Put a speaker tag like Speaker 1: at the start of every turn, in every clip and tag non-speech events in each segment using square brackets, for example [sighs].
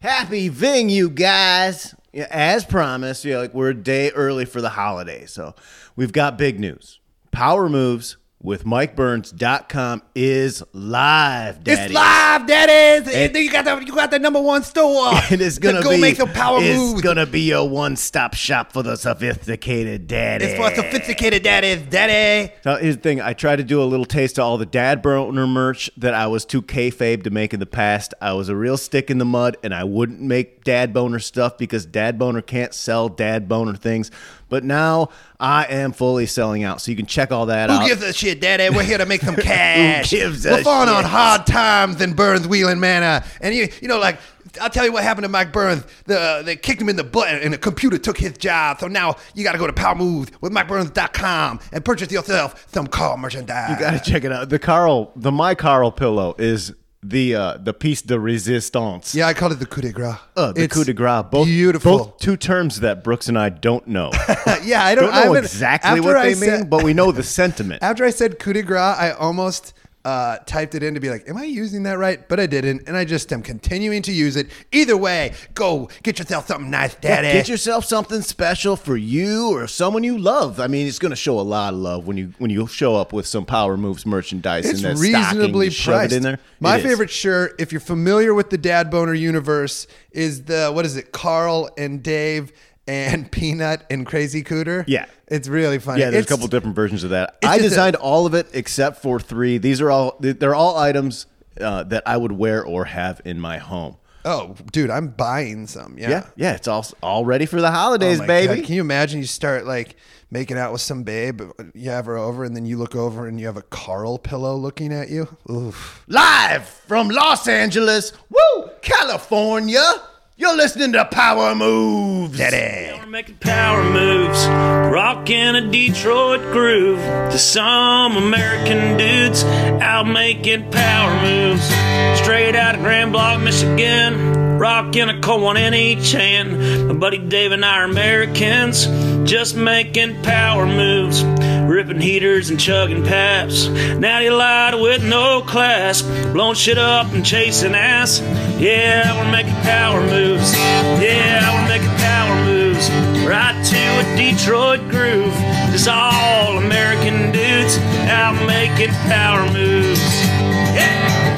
Speaker 1: Happy Ving, you guys. Yeah, as promised, yeah, like we're a day early for the holiday. So we've got big news. Power Moves with MikeBurns.com is live, Daddy.
Speaker 2: It's live, that is.
Speaker 1: And-
Speaker 2: you got the you got the number one store.
Speaker 1: [laughs] And it's gonna
Speaker 2: go
Speaker 1: be
Speaker 2: make some power
Speaker 1: it's
Speaker 2: moves.
Speaker 1: gonna be your one-stop shop for the sophisticated daddy.
Speaker 2: it's for sophisticated daddies, daddy.
Speaker 1: Now, here's the thing. I tried to do a little taste of all the dad burner merch that I was too kayfabe to make in the past. I was a real stick in the mud, and I wouldn't make dad boner stuff because dad boner can't sell dad boner things. But now I am fully selling out, so you can check all that
Speaker 2: Who
Speaker 1: out.
Speaker 2: gives a shit, daddy? We're here to make
Speaker 1: [laughs]
Speaker 2: some cash.
Speaker 1: Uh, gives a
Speaker 2: We're falling on
Speaker 1: shit?
Speaker 2: hard times in Burns Wheeling Manor. And you you know like. I'll tell you what happened to Mike Burns. The, they kicked him in the butt, and the computer took his job. So now you got to go to Power Moves with MikeBurns.com and purchase yourself some car merchandise.
Speaker 1: you [laughs] gotta check it out. The Carl, the my Carl pillow is the uh, the piece de resistance.
Speaker 2: Yeah, I call it the coup de grace.
Speaker 1: Uh, the
Speaker 2: It's
Speaker 1: coup de grace. Both
Speaker 2: beautiful.
Speaker 1: Both two terms that Brooks and I don't
Speaker 2: [laughs]
Speaker 1: know.
Speaker 2: yeah, I don't,
Speaker 1: don't
Speaker 2: I
Speaker 1: know
Speaker 2: haven't-
Speaker 1: exactly
Speaker 2: after
Speaker 1: what
Speaker 2: I
Speaker 1: they
Speaker 2: said-
Speaker 1: mean, but we know the sentiment.
Speaker 2: after I said coup de grace, I almost uh, typed it in to be like, am I using that right? But I didn't, and I just am continuing to use it. Either way, go get yourself something nice, daddy.
Speaker 1: Get yourself something special for you or someone you love. I mean, it's going to show a lot of love when you when you show up with some Power Moves merchandise.
Speaker 2: it's
Speaker 1: in that stocking,
Speaker 2: reasonably
Speaker 1: you shove
Speaker 2: priced.
Speaker 1: It in there.
Speaker 2: My
Speaker 1: It is.
Speaker 2: favorite shirt, if you're familiar with the Dad Boner universe, is the what is it? Carl and Dave and [laughs] Peanut and Crazy Cooter.
Speaker 1: Yeah.
Speaker 2: it's really funny.
Speaker 1: Yeah, there's a
Speaker 2: It's-
Speaker 1: couple different versions of that.
Speaker 2: it's
Speaker 1: I
Speaker 2: just a-
Speaker 1: designed all of it except for three. These are all they're all items uh, that I would wear or have in my home. Uh,
Speaker 2: Oh, dude, I'm buying some. Yeah.
Speaker 1: Yeah, yeah, it's all all ready for the holidays,
Speaker 2: Oh my
Speaker 1: baby.
Speaker 2: God. Can you imagine you start like making out with some babe, you have her over, and then you look over and you have a Carl pillow looking at you? Oof.
Speaker 1: Live from Los Angeles, woo, California. You're listening to Power Moves.
Speaker 2: Daddy.
Speaker 3: We're making power moves, rocking a Detroit groove to some American dudes out making power moves. Straight out of Grand Block, Michigan, rocking a coin in each hand. My buddy Dave and I are Americans, just making power moves, ripping heaters and chugging paps. Natty lied with no class, blowing shit up and chasing ass. Yeah, we're making power moves. Yeah, we're making power moves right to a Detroit groove. Just all American dudes out making power moves. Yeah.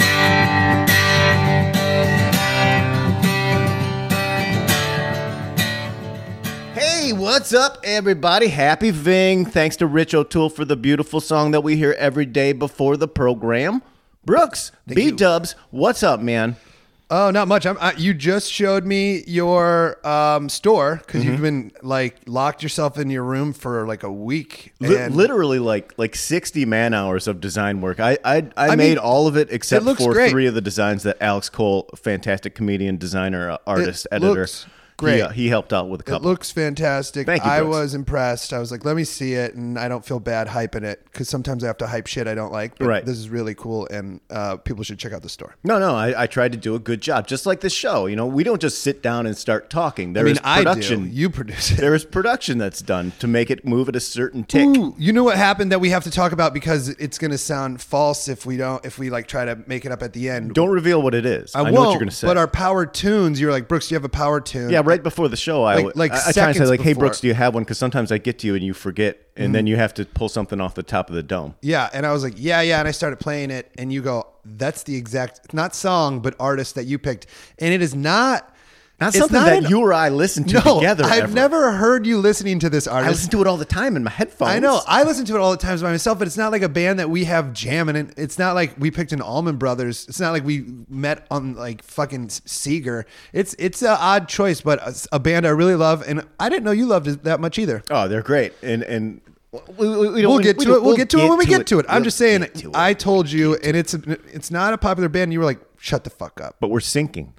Speaker 1: Hey, what's up, everybody? Happy Ving. Thanks to Rich O'Toole for the beautiful song that we hear every day before the program. Brooks, B Dubs, what's up, man?
Speaker 2: Oh, not much. I'm, I, you just showed me your um, store because you've been like locked yourself in your room for like a week.
Speaker 1: Li-
Speaker 2: and
Speaker 1: literally like like 60 man hours of design work. I I, I,
Speaker 2: I
Speaker 1: made
Speaker 2: mean,
Speaker 1: all of it except
Speaker 2: looks
Speaker 1: for
Speaker 2: great.
Speaker 1: three of the designs that Alex Cole, fantastic comedian, designer, uh, artist, editor.
Speaker 2: looks
Speaker 1: he,
Speaker 2: great.
Speaker 1: uh, He, helped out with a
Speaker 2: It
Speaker 1: couple.
Speaker 2: looks fantastic.
Speaker 1: Thank you,
Speaker 2: I
Speaker 1: Brooks.
Speaker 2: was impressed. I was like, let me see it, and I don't feel bad hyping it because sometimes I have to hype shit I don't like. But
Speaker 1: Right.
Speaker 2: this is really cool, and uh, people should check out the store.
Speaker 1: no, no, I, I tried to do a good job, just like this show. You know, we don't just sit down and start talking.
Speaker 2: I
Speaker 1: There
Speaker 2: mean,
Speaker 1: is
Speaker 2: I do.
Speaker 1: production.
Speaker 2: You produce it.
Speaker 1: there is production that's done to make it move at a certain tick.
Speaker 2: Ooh, you know what happened that we have to talk about because it's going to sound false if we don't if we like try to make it up at the end.
Speaker 1: Don't reveal what it is. I,
Speaker 2: I, won't.
Speaker 1: know what you're going to say.
Speaker 2: But our power tunes, you're like Brooks. You have a power tune.
Speaker 1: yeah, right before the show, I
Speaker 2: Like-
Speaker 1: would-
Speaker 2: like
Speaker 1: I, I try and say
Speaker 2: seconds
Speaker 1: like, "Hey,
Speaker 2: before. Mm-hmm.
Speaker 1: Brooks, do you have one?" Because sometimes I get to you and you forget, and then you have to pull something off the top of the dome.
Speaker 2: Yeah, and I was like, yeah, yeah, and I started playing it, and you go, that's the exact not song but artist that you picked, and it is not.
Speaker 1: Not
Speaker 2: it's
Speaker 1: something
Speaker 2: not
Speaker 1: that
Speaker 2: [laughs] an-
Speaker 1: you or I listen to
Speaker 2: no,
Speaker 1: together.
Speaker 2: I've
Speaker 1: ever.
Speaker 2: never heard you listening to this
Speaker 1: I
Speaker 2: artist.
Speaker 1: listen to it all the time in my headphones.
Speaker 2: I know. I listen to it all the times by myself, but it's not like a band that we have jamming. And it's not like we picked an Allman Brothers. It's not like we met on like fucking Seeger. It's it's an odd choice, but a, a band I really love, and I didn't know you loved it that much either.
Speaker 1: Oh, they're great, and and we, we, we don't-
Speaker 2: We'll get
Speaker 1: we
Speaker 2: to
Speaker 1: don't-
Speaker 2: it. We'll get to it when we get to it. I'm
Speaker 1: We'll
Speaker 2: just saying.
Speaker 1: get to it.
Speaker 2: I told you, and it's it's not a popular band. and You were like, shut the fuck up.
Speaker 1: but we're sinking.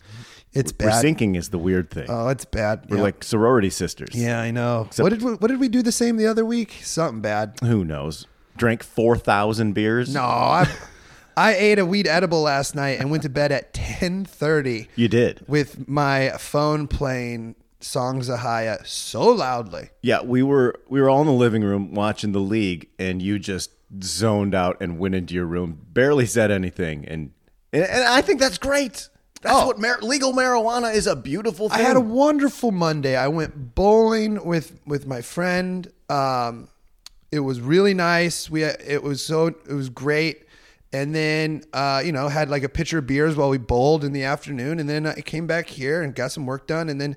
Speaker 2: It's
Speaker 1: We're
Speaker 2: bad.
Speaker 1: sinking is the weird thing.
Speaker 2: Oh, it's bad.
Speaker 1: we're
Speaker 2: yeah.
Speaker 1: like sorority sisters.
Speaker 2: yeah, I know. what did we, what did we do the same the other week? Something bad.
Speaker 1: Who knows? Drank four thousand beers.
Speaker 2: No, I [laughs] I ate a weed edible last night and went to bed at ten thirty.
Speaker 1: you did.
Speaker 2: with my phone playing songs of Haya so loudly.
Speaker 1: Yeah, we were we were all in the living room watching the league, and you just zoned out and went into your room, barely said anything, and and, and I think that's great. That's
Speaker 2: Oh.
Speaker 1: what mar- legal marijuana is a beautiful thing.
Speaker 2: I had a wonderful Monday. I went bowling with with my friend. Um, it was really nice. We it was so it was great. And then uh, you know had like a pitcher of beers while we bowled in the afternoon. And then I came back here and got some work done. And then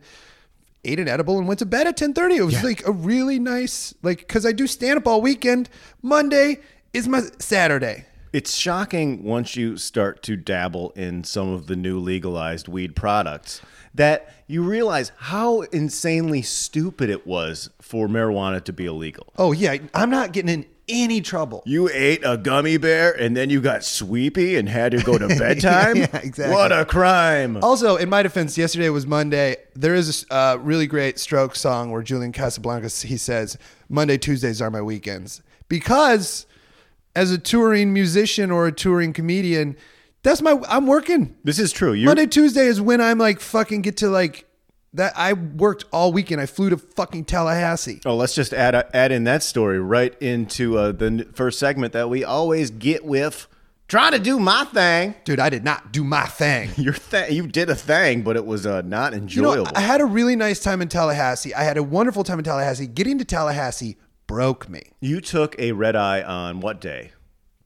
Speaker 2: ate an edible and went to bed at ten thirty. It was like a really nice like because I do stand up all weekend. Monday is my Saturday.
Speaker 1: It's shocking once you start to dabble in some of the new legalized weed products that you realize how insanely stupid it was for marijuana to be illegal.
Speaker 2: Oh yeah, I'm not getting in any trouble.
Speaker 1: You ate a gummy bear and then you got sweepy and had to go to bedtime?
Speaker 2: [laughs] Yeah, exactly.
Speaker 1: What a crime.
Speaker 2: Also, in my defense, yesterday was Monday. There is a uh, really great stroke song where Julian Casablanca he says, "Monday, Tuesdays are my weekends," because as a touring musician or a touring comedian, that's my I'm working.
Speaker 1: This is true. You're,
Speaker 2: Monday, Tuesday is when I'm like fucking get to like that. I worked all weekend. I flew to fucking Tallahassee.
Speaker 1: Oh, let's just add add in that story right into uh, the n- first segment that we always get with trying to do my thing. [laughs]
Speaker 2: Dude, I did not do my thing.
Speaker 1: Your thing, you did a thing, but it was uh, not
Speaker 2: You know,
Speaker 1: enjoyable.
Speaker 2: I had a really nice time in Tallahassee. I had a wonderful time in Tallahassee. Getting to Tallahassee broke me.
Speaker 1: You took a red eye on what day?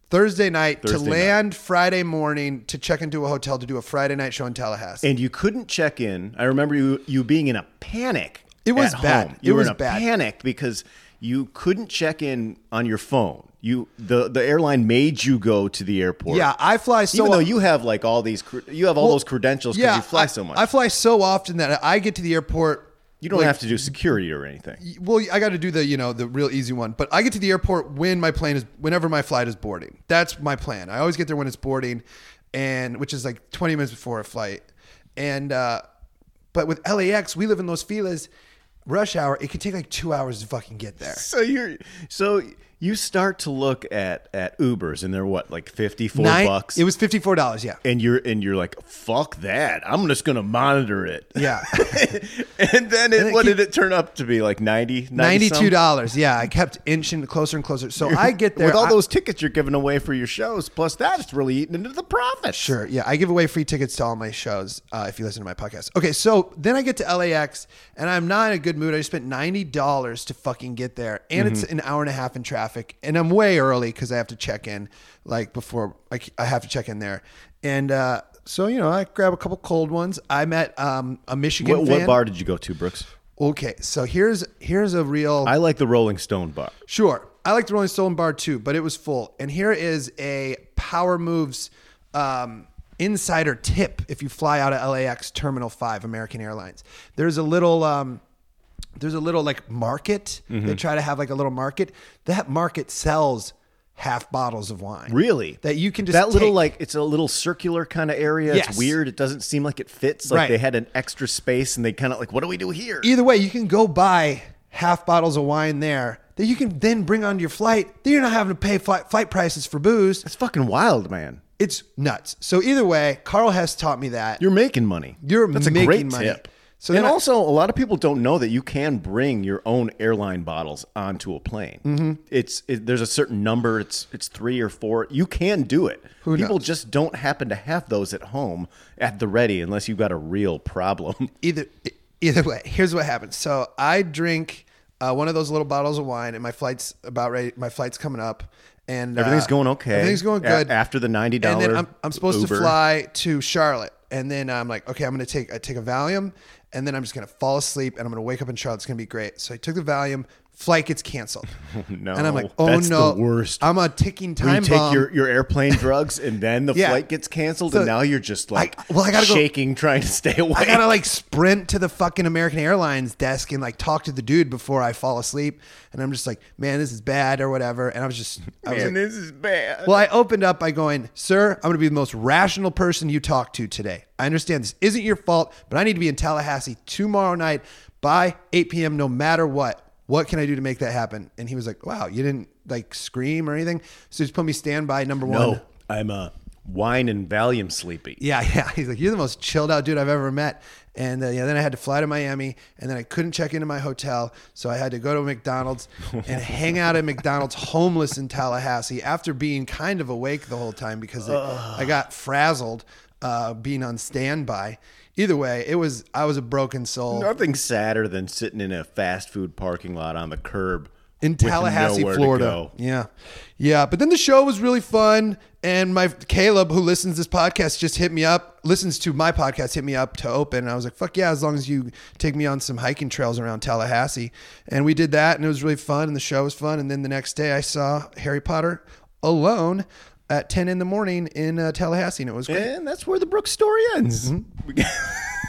Speaker 2: Thursday night to
Speaker 1: Thursday night.
Speaker 2: land Friday morning to check into a hotel to do a Friday night show in Tallahassee.
Speaker 1: And you couldn't check in. I remember you you being in a panic.
Speaker 2: It was
Speaker 1: at
Speaker 2: bad.
Speaker 1: Home. You
Speaker 2: It
Speaker 1: were
Speaker 2: was
Speaker 1: in a
Speaker 2: bad.
Speaker 1: panic because you couldn't check in on your phone. You the the airline made you go to the airport.
Speaker 2: yeah, I fly so
Speaker 1: Even though you have like all these, cre- you have all those credentials because
Speaker 2: yeah,
Speaker 1: you fly
Speaker 2: I-
Speaker 1: so much.
Speaker 2: I fly so often that I get to the airport.
Speaker 1: you don't have to do security or anything.
Speaker 2: Well, I got to do the you know the real easy one, but I get to the airport when my plane is whenever my flight is boarding. That's my plan. I always get there when it's boarding, and which is like 20 minutes before a flight. And uh, but with LAX, we live in Los Feliz. Rush hour, it could take like two hours to fucking get there.
Speaker 1: So you're so you start to look at at Ubers and they're what like fifty four
Speaker 2: Nine-
Speaker 1: bucks.
Speaker 2: It was fifty four dollars. Yeah,
Speaker 1: and you're and you're like fuck that. I'm just gonna monitor it.
Speaker 2: yeah.
Speaker 1: [laughs] and then it,
Speaker 2: it
Speaker 1: what
Speaker 2: keep-
Speaker 1: did it turn up to be like 90 90 some?
Speaker 2: Ninety-two dollars. Yeah, I kept inching closer and closer. So I get there
Speaker 1: with all
Speaker 2: I-
Speaker 1: those tickets you're giving away for your shows plus that it's really eating into the profit
Speaker 2: Sure. Yeah, I give away free tickets to all my shows uh, if you listen to my podcast. Okay, so then I get to LAX and I'm not in a good mood. I just spent ninety dollars to fucking get there, and it's
Speaker 1: Mm-hmm.
Speaker 2: an hour and a half in traffic, and I'm way early because I have to check in like before I, c- I have to check in there, and uh, so you know I grab a couple cold ones. I'm at um, a Michigan.
Speaker 1: what, what
Speaker 2: fan.
Speaker 1: bar did you go to brooks
Speaker 2: Okay, so here's here's a real.
Speaker 1: i like the rolling stone bar
Speaker 2: Sure. I like the Rolling Stone bar too, but it was full. And here is a Power Moves um, insider tip if you fly out of LAX Terminal 5, American Airlines. There's a little. Um, there's a little like market. They try to have like a little market. That market sells half bottles of wine.
Speaker 1: really
Speaker 2: That you can just
Speaker 1: that little
Speaker 2: take.
Speaker 1: like it's a little circular kind of area it's
Speaker 2: Yes.
Speaker 1: weird it doesn't seem like it fits like
Speaker 2: Right.
Speaker 1: they had an extra space and they kind of like what do we do here
Speaker 2: Either way, you can go buy half bottles of wine there that you can then bring onto your flight. Then you're not having to pay flight, flight prices for booze.
Speaker 1: it's fucking wild man
Speaker 2: It's nuts. So either way, Carl Hess taught me that.
Speaker 1: you're making money
Speaker 2: You're
Speaker 1: that's a
Speaker 2: making
Speaker 1: great
Speaker 2: money.
Speaker 1: tip
Speaker 2: So
Speaker 1: and
Speaker 2: then I-
Speaker 1: also, a lot of people don't know that you can bring your own airline bottles onto a plane.
Speaker 2: Mm-hmm.
Speaker 1: It's it, there's a certain number. It's it's three or four. You can do it. people just don't happen to have those at home at the ready unless you've got a real [laughs] problem.
Speaker 2: either either way here's what happens so i drink uh, one of those little bottles of wine and my flight's about ready my flight's coming up and uh,
Speaker 1: Everything's going okay.
Speaker 2: everything's going
Speaker 1: A-
Speaker 2: good
Speaker 1: after the $90
Speaker 2: and then i'm, I'm supposed
Speaker 1: Uber.
Speaker 2: to fly to charlotte and then i'm like okay i'm gonna take i take a valium and then i'm just gonna fall asleep and i'm gonna wake up in charlotte it's gonna be great so i took the valium flight gets canceled
Speaker 1: [laughs] No,
Speaker 2: and i'm like oh
Speaker 1: that's
Speaker 2: no
Speaker 1: the worst.
Speaker 2: i'm a ticking
Speaker 1: Where
Speaker 2: time
Speaker 1: you take
Speaker 2: bomb
Speaker 1: your, your airplane drugs and then the
Speaker 2: Yeah.
Speaker 1: flight gets canceled
Speaker 2: So-
Speaker 1: and now you're just like
Speaker 2: well, I gotta go-
Speaker 1: shaking trying to stay awake.
Speaker 2: I gotta like sprint to the fucking American Airlines desk and like talk to the dude before I fall asleep. And I'm just like, man, this is bad or whatever. And I was just,
Speaker 1: [laughs]
Speaker 2: I was
Speaker 1: Man,
Speaker 2: like,
Speaker 1: this is bad.
Speaker 2: well, I opened up by going, sir, I'm gonna be the most rational person you talk to today. I understand this isn't your fault, but I need to be in Tallahassee tomorrow night by 8 p.m. no matter what. What can I do to make that happen? And he was like, wow, you didn't like scream or anything. So he's put me standby number one.
Speaker 1: No, I'm a wine and Valium sleepy.
Speaker 2: [laughs] Yeah, yeah. He's like, you're the most chilled out dude I've ever met. And uh, yeah, then I had to fly to Miami, and then I couldn't check into my hotel, so I had to go to McDonald's and hang out at McDonald's, homeless in Tallahassee, after being kind of awake the whole time because it, I got frazzled. uh, being on standby. Either way, it was I was a broken soul.
Speaker 1: Nothing sadder than sitting in a fast food parking lot on the curb
Speaker 2: in
Speaker 1: with
Speaker 2: Tallahassee,
Speaker 1: nowhere to
Speaker 2: Florida.
Speaker 1: go.
Speaker 2: Yeah, yeah. But then the show was really fun, and my Caleb, who listens to this podcast, just hit me up. Listens to my podcast, hit me up to open. And I was like, "Fuck yeah!" As long as you take me on some hiking trails around Tallahassee, and we did that, and it was really fun, and the show was fun. And then the next day, I saw Harry Potter alone at ten in the morning in uh, Tallahassee, and it was great.
Speaker 1: And that's where the Brooks story ends.
Speaker 2: Mm-hmm.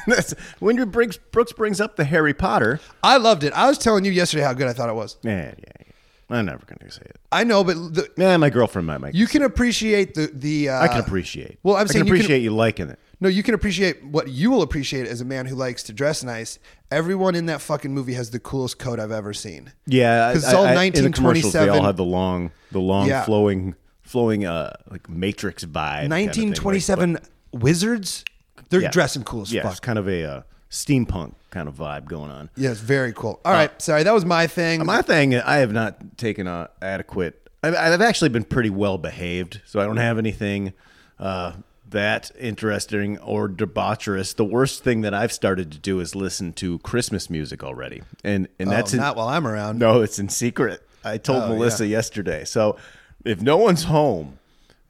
Speaker 1: [laughs] that's, when your Briggs, Brooks brings up the Harry Potter.
Speaker 2: I loved it. I was telling you yesterday how good I thought it was.
Speaker 1: Yeah, yeah, yeah. I'm never going to say it.
Speaker 2: I know, but the,
Speaker 1: Yeah, my girlfriend might make
Speaker 2: you can appreciate the the. Uh,
Speaker 1: I can appreciate.
Speaker 2: well,
Speaker 1: I
Speaker 2: I'm saying you
Speaker 1: can
Speaker 2: can-
Speaker 1: appreciate you liking it.
Speaker 2: No, you can appreciate what you will appreciate as a man who likes to dress nice. Everyone in that fucking movie has the coolest coat I've ever seen.
Speaker 1: Yeah,
Speaker 2: 'Cause it's
Speaker 1: I-
Speaker 2: all
Speaker 1: I- in the commercials, They
Speaker 2: 1927
Speaker 1: all had the long, the long
Speaker 2: Yeah.
Speaker 1: flowing, flowing, uh, like Matrix vibe. kind of thing, like,
Speaker 2: 1927 wizards, they're
Speaker 1: but- yeah.
Speaker 2: dressing cool as
Speaker 1: yeah,
Speaker 2: fuck.
Speaker 1: It's kind of a uh, steampunk kind of vibe going on.
Speaker 2: yeah, it's very cool. All right, sorry, that was my thing.
Speaker 1: My thing, Uh, I have not taken uh, adequate. I, I've actually been pretty well behaved, so I don't have anything uh, that interesting or debaucherous. The worst thing that I've started to do is listen to Christmas music already, and and
Speaker 2: Oh,
Speaker 1: that's in-
Speaker 2: not while I'm around.
Speaker 1: No, it's in secret. I told Melissa yesterday. So if no one's home,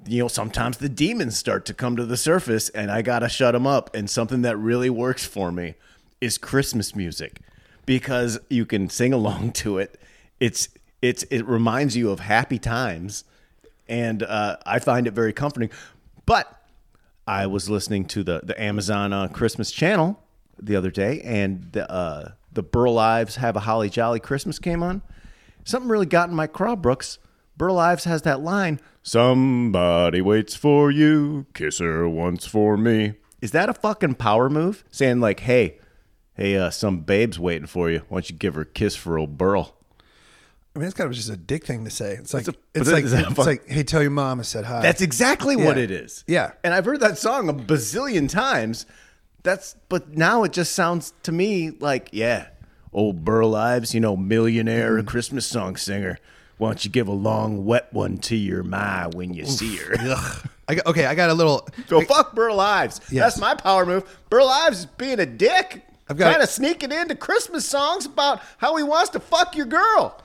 Speaker 1: you know, sometimes the demons start to come to the surface and I got to shut them up. And something that really works for me is Christmas music because you can sing along [laughs] to it. It's, it's, it reminds you of happy times. And uh, I find it very comforting. But I was listening to the the Amazon uh, Christmas channel the other day, and the uh, the Burl Ives "Have a Holly Jolly Christmas" came on. Something really got in my craw, Brooks. Burl Ives has that line: "Somebody waits for you, kiss her once for me." Is that a fucking power move? Saying like, "Hey, hey, uh, some babe's waiting for you. Why don't you give her a kiss for old Burl?"
Speaker 2: I mean, it's kind of just a dick thing to say. It's like
Speaker 1: It's a-
Speaker 2: it's
Speaker 1: but
Speaker 2: like
Speaker 1: is that a
Speaker 2: it's
Speaker 1: fuck-
Speaker 2: like hey, tell your mom I said hi.
Speaker 1: That's exactly what
Speaker 2: Yeah.
Speaker 1: it is.
Speaker 2: Yeah.
Speaker 1: And I've heard that song a bazillion times. That's but now it just sounds to me like, yeah, old Burl Ives, you know, millionaire
Speaker 2: Mm-hmm.
Speaker 1: Christmas song singer. Why don't you give a long wet one to your ma when you see
Speaker 2: [laughs]
Speaker 1: her?
Speaker 2: I got, okay. I got a little.
Speaker 1: So fuck Burl Ives.
Speaker 2: Yes.
Speaker 1: That's my power move. Burl Ives is being a dick.
Speaker 2: I've got-
Speaker 1: trying to sneak it into Christmas songs about how he wants to fuck your girl.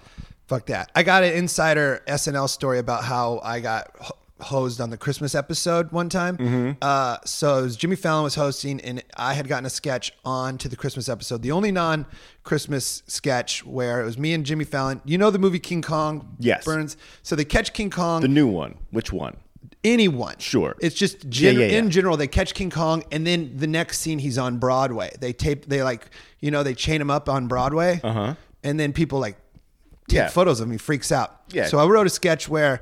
Speaker 2: Fuck that. I got an insider SNL story about how I got ho- hosed on the Christmas episode one time.
Speaker 1: Mm-hmm.
Speaker 2: Uh, so it was Jimmy Fallon was hosting, and I had gotten a sketch on to the Christmas episode. The only non Christmas sketch where it was me and Jimmy Fallon. You know the movie King Kong?
Speaker 1: Yes.
Speaker 2: Burns. So they catch King Kong
Speaker 1: The new one. Which one?
Speaker 2: anyone.
Speaker 1: Sure.
Speaker 2: It's just gen-
Speaker 1: yeah, yeah.
Speaker 2: in general they catch King Kong and then the next scene he's on Broadway. They tape they like you know they chain him up on Broadway. Uh-huh. And then people like take
Speaker 1: Yeah.
Speaker 2: photos of him. He freaks out.
Speaker 1: Yeah.
Speaker 2: So I wrote a sketch where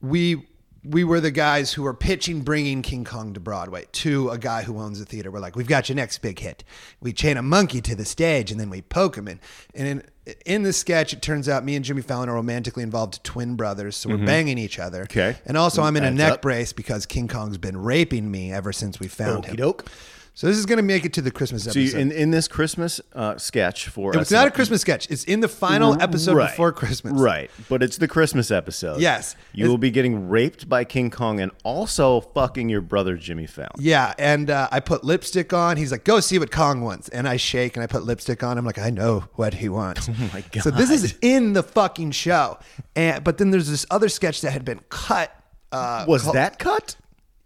Speaker 2: we we were the guys who were pitching bringing King Kong to Broadway to a guy who owns a theater. We're like, we've got your next big hit. We chain a monkey to the stage and then we poke him in. And in, in this sketch, it turns out me and Jimmy Fallon are romantically involved twin brothers, so we're banging each other.
Speaker 1: Mm-hmm. Okay.
Speaker 2: And also, I'm in a
Speaker 1: Adds
Speaker 2: neck
Speaker 1: up.
Speaker 2: brace because King Kong's been raping me ever since we found him.
Speaker 1: Okey-doke.
Speaker 2: So this is going to make it to the Christmas
Speaker 1: So
Speaker 2: episode.
Speaker 1: you, in, in this Christmas uh, sketch for
Speaker 2: it's not a
Speaker 1: SNL
Speaker 2: Christmas sketch. It's in the final episode
Speaker 1: Right.
Speaker 2: before Christmas.
Speaker 1: Right. But it's the Christmas episode.
Speaker 2: Yes.
Speaker 1: You will be getting raped by King Kong and also fucking your brother Jimmy Fallon.
Speaker 2: Yeah, and uh, I put lipstick on. He's like, "Go see what Kong wants," and I shake and I put lipstick on. I'm like, "I know what he wants."
Speaker 1: [laughs]
Speaker 2: Oh
Speaker 1: my
Speaker 2: So this is in the fucking show, and but then there's this other sketch that had been cut. Uh,
Speaker 1: Was
Speaker 2: called-
Speaker 1: that cut?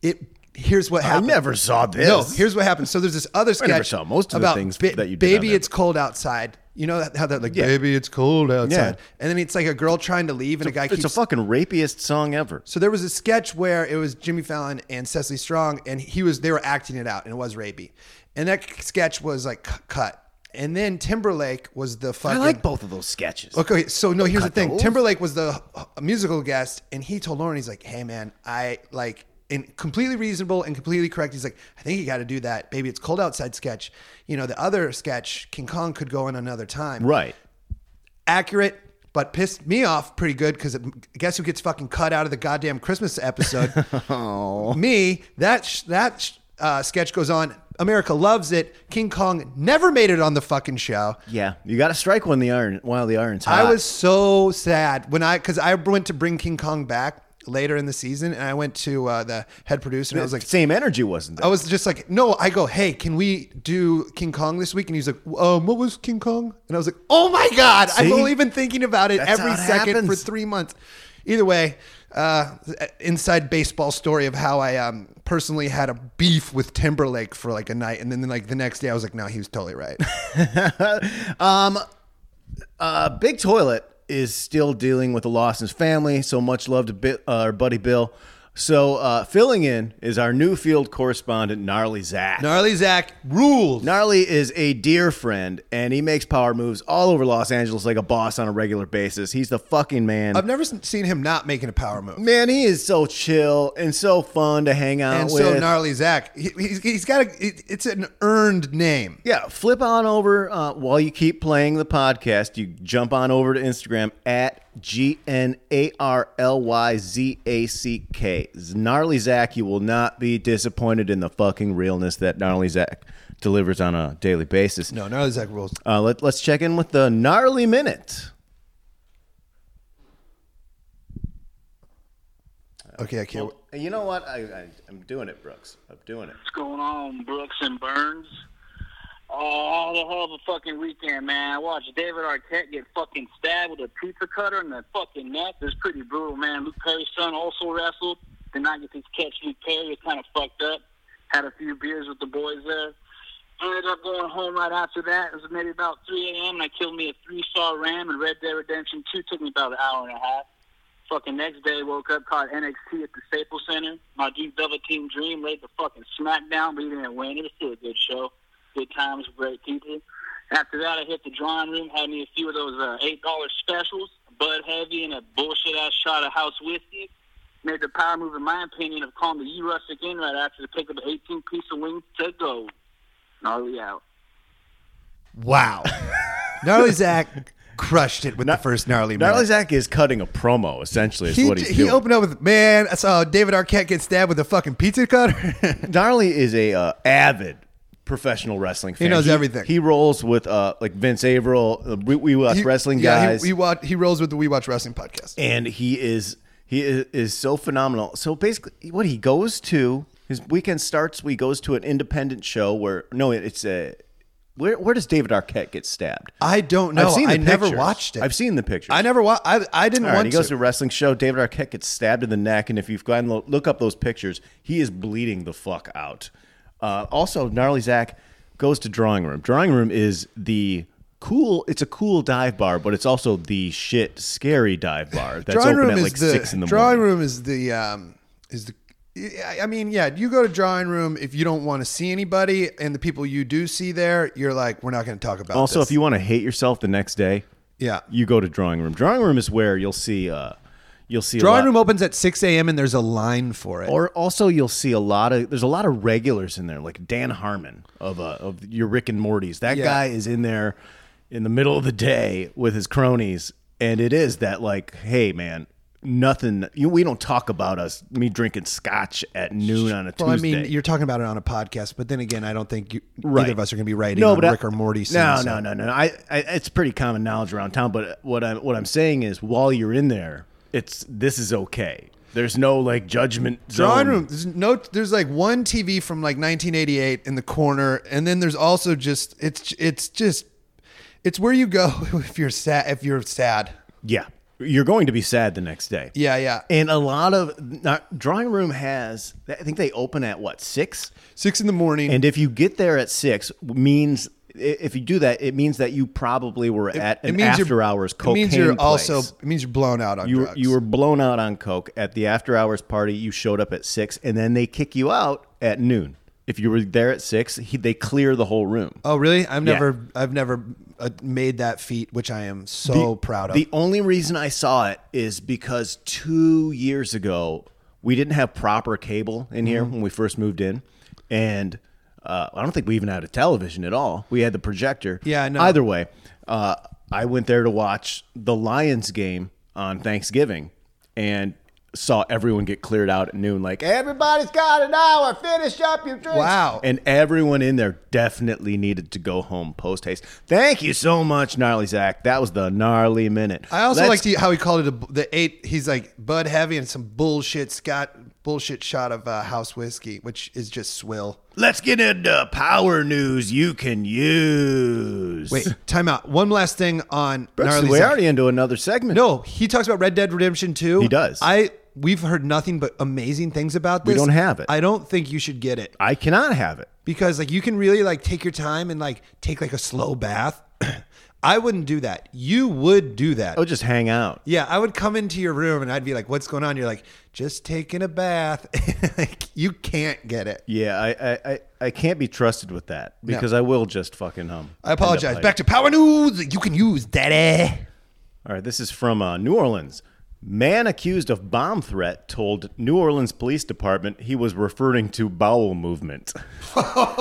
Speaker 2: It here's what happened.
Speaker 1: never saw this.
Speaker 2: No, here's what happened. So there's this other sketch
Speaker 1: never saw most of the
Speaker 2: about
Speaker 1: things that you did on
Speaker 2: Baby,
Speaker 1: there.
Speaker 2: it's cold outside. You know how that like baby, it's cold outside,
Speaker 1: Yeah.
Speaker 2: and then it's like a girl trying to leave, and a guy
Speaker 1: It's
Speaker 2: keeps
Speaker 1: a fucking rapiest song ever.
Speaker 2: so there was a sketch where it was Jimmy Fallon and Cecily Strong, and he was they were acting it out, and it was rapey. And that sketch was like cu- cut. And then Timberlake was the
Speaker 1: I
Speaker 2: fucking.
Speaker 1: like both of those sketches.
Speaker 2: Okay, so no, here's the thing.
Speaker 1: those.
Speaker 2: Timberlake was the uh, musical guest, and he told Lauren, he's like, "Hey, man, I like." And completely reasonable and completely correct. He's like, I think you got to do that, baby. It's cold outside. Sketch, you know, the other sketch, King Kong could go in another time
Speaker 1: Right.
Speaker 2: accurate, but pissed me off pretty good because guess who gets fucking cut out of the goddamn Christmas episode? Me. That sh- that sh- uh, sketch goes on. America loves it. King Kong never made it on the fucking show.
Speaker 1: Yeah. You got to strike Uh, when the iron while the iron's hot.
Speaker 2: I was so sad when I because I went to bring King Kong back. later in the season, and I went to uh, the head producer and I was like,
Speaker 1: same energy wasn't there.
Speaker 2: I was just like, no, I go, hey, can we do King Kong this week? And he's like, um, what was King Kong? And I was like, oh my God, I've
Speaker 1: See?
Speaker 2: only been thinking about it
Speaker 1: That's
Speaker 2: every
Speaker 1: how it
Speaker 2: second for
Speaker 1: happens.
Speaker 2: three months. Either way, uh, inside baseball story of how I um, personally had a beef with Timberlake for like a night. And then like the next day, I was like, no, he was totally right.
Speaker 1: Um, Uh, Big Toilet is still dealing with the loss in his family, so much love to Bi- uh, our buddy Bill. So uh, filling in is our new field correspondent, [laughs] Gnarly Zach.
Speaker 2: Gnarly Zach ruled.
Speaker 1: Gnarly is a dear friend, and he makes power moves all over Los Angeles like a boss on a regular basis. He's the fucking man.
Speaker 2: I've never s- seen him not making a power move.
Speaker 1: man, he is so chill and so fun to hang out
Speaker 2: and
Speaker 1: with.
Speaker 2: so gnarly Zach, he, he's, he's got a, it, it's an earned name.
Speaker 1: Yeah, flip on over uh, while you keep playing the podcast. You jump on over to Instagram at G N A R L Y Z A C K. Gnarly Zach, you will not be disappointed in the fucking realness that Gnarly Zach delivers on a daily basis.
Speaker 2: No, gnarly Zach rules.
Speaker 1: Uh, let, let's check in with the Gnarly Minute.
Speaker 2: Okay, I can't.
Speaker 1: You know what? I, I, I'm doing it, Brooks. I'm doing it.
Speaker 4: What's going on, Brooks and Burns? Oh, all the whole of the fucking weekend, man. I watched David Arquette get fucking stabbed with a pizza cutter in the fucking neck. It was pretty brutal, man. Luke Perry's son also wrestled. Did not get to catch Luke Perry. Was kind of fucked up. Had a few beers with the boys there. Ended up going home right after that. It was maybe about 3 a.m. and I killed me a three-star ram. And Red Dead Redemption 2 took me about an hour and a half. Fucking next day, woke up, caught NXT at the Staples Center. My dude, Double Team Dream, laid the fucking smackdown, but he didn't win. It was still a good show. Good times, great people. After that, I hit the drawing room, had me a few of those uh, $8 specials, Bud Heavy, and a bullshit ass shot of house whiskey. Made the power move, in my opinion, of calling the U Rustic in right after to pick up an 18 piece of wings to go. Gnarly out.
Speaker 2: Wow,
Speaker 1: [laughs]
Speaker 2: gnarly Zach crushed it with the first gnarly.
Speaker 1: Gnarly
Speaker 2: minute.
Speaker 1: Zach is cutting a promo, essentially, is
Speaker 2: He,
Speaker 1: what he's
Speaker 2: he
Speaker 1: doing.
Speaker 2: opened up with man. I saw David Arquette get stabbed with a fucking pizza cutter.
Speaker 1: Darley is a uh, avid professional wrestling fan.
Speaker 2: knows everything.
Speaker 1: He rolls with uh, like Vince Averill, uh, we, we watch
Speaker 2: [laughs] He-
Speaker 1: wrestling
Speaker 2: yeah,
Speaker 1: guys,
Speaker 2: He, he, wa- he rolls with the We Watch Wrestling podcast.
Speaker 1: and he is he is, is so phenomenal. So basically, what he goes to his weekend starts. We goes to an independent show where no, it's a where where does David Arquette get stabbed?
Speaker 2: I don't know. I never
Speaker 1: pictures.
Speaker 2: watched it.
Speaker 1: I've seen the pictures.
Speaker 2: I never watched. I, I didn't
Speaker 1: All right,
Speaker 2: want
Speaker 1: he goes to
Speaker 2: to.
Speaker 1: a wrestling show. David Arquette gets stabbed in the neck, and if you've gone lo- look up those pictures, he is bleeding the fuck out. Uh, also, gnarly Zach goes to drawing room. Drawing room is the cool. It's a cool dive bar, but it's also the shit scary dive bar that's
Speaker 2: Drawing
Speaker 1: open
Speaker 2: room
Speaker 1: at
Speaker 2: is
Speaker 1: like
Speaker 2: the
Speaker 1: six in the
Speaker 2: drawing
Speaker 1: morning.
Speaker 2: room is the um is the. I- I mean, yeah, you go to drawing room if you don't want to see anybody, and the people you do see there, you're like, we're not going to talk about.
Speaker 1: Also,
Speaker 2: this.
Speaker 1: if you want to hate yourself the next day,
Speaker 2: yeah,
Speaker 1: you go to drawing room. Drawing room is where you'll see. Uh, you'll see a
Speaker 2: drawing
Speaker 1: lot-
Speaker 2: room opens at six a.m. and there's a line for it.
Speaker 1: Or also, you'll see a lot of there's a lot of regulars in there, like Dan Harmon of uh, of your Rick and Morty's. That
Speaker 2: Yeah.
Speaker 1: guy is in there in the middle of the day with his cronies, and it is that like, hey man, nothing. You, we don't talk about us. Me drinking scotch at noon on a
Speaker 2: Well,
Speaker 1: Tuesday.
Speaker 2: I mean, you're talking about it on a podcast, but then again, I don't think you,
Speaker 1: Right.
Speaker 2: either of us are going to be writing on
Speaker 1: I-
Speaker 2: Rick or Morty. soon,
Speaker 1: No,
Speaker 2: so-
Speaker 1: no, no, no. I, I, it's pretty common knowledge around town. But what I'm, what I'm saying is, while you're in there, it's this is okay. There's no like judgment zone.
Speaker 2: Drawing room. There's no. There's like one TV from like 1988 in the corner, and then there's also just it's it's just it's where you go [laughs] if you're sad. If you're sad,
Speaker 1: Yeah, you're going to be sad the next day.
Speaker 2: yeah, yeah.
Speaker 1: And a lot of not, drawing room has. I think they open at what six.
Speaker 2: Six in the morning.
Speaker 1: And if you get there at six, means i- if you do that, it means that you probably were at an after hours cocaine.
Speaker 2: It means you're
Speaker 1: place.
Speaker 2: also. It means you're blown out on
Speaker 1: you were,
Speaker 2: drugs.
Speaker 1: you were blown out on coke at the after hours party. You showed up at six, and then they kick you out at noon. If you were there at six, he, they clear the whole room.
Speaker 2: Oh really? I've
Speaker 1: Yeah.
Speaker 2: never. I've never uh, made that feat, which I am so proud of.
Speaker 1: The only reason I saw it is because two years ago we didn't have proper cable in here
Speaker 2: Mm-hmm.
Speaker 1: when we first moved in, and uh, I don't think we even had a television at all. We had the projector.
Speaker 2: Yeah, no.
Speaker 1: Either way, uh, I went there to watch the Lions game on Thanksgiving, and saw everyone get cleared out at noon. Like everybody's got an hour. Finish up your drinks.
Speaker 2: Wow.
Speaker 1: And everyone in there definitely needed to go home post haste. Thank you so much, gnarly Zach. That was the gnarly minute.
Speaker 2: I also
Speaker 1: Let's-
Speaker 2: liked he- how he called it a, the eight. He's like Bud Heavy and some bullshit Scott bullshit shot of uh, house whiskey, which is just swill.
Speaker 1: Let's get into power news you can use. [laughs]
Speaker 2: Wait, time out. One last thing on gnarly.
Speaker 1: we're
Speaker 2: Zach.
Speaker 1: already into another segment.
Speaker 2: No, he talks about Red Dead Redemption 2.
Speaker 1: He does.
Speaker 2: I we've heard nothing but amazing things about
Speaker 1: We
Speaker 2: this.
Speaker 1: don't have it.
Speaker 2: I don't think you should get it
Speaker 1: I cannot have it.
Speaker 2: because like you can really like take your time and like take like a slow bath. [clears throat] I wouldn't do that. You would do that.
Speaker 1: I would Oh, just hang out.
Speaker 2: Yeah, I would come into your room and I'd be like, "What's going on?" You're like, "Just taking a bath." [laughs] like you can't get it.
Speaker 1: Yeah, I, I, I, I can't be trusted with that because I will just fucking hum.
Speaker 2: I apologize.
Speaker 1: End up
Speaker 2: Back to power news. that eh? You can use daddy.
Speaker 1: like- All right, this is from uh, New Orleans. Man accused of bomb threat told New Orleans Police Department he was referring to bowel movement. [laughs]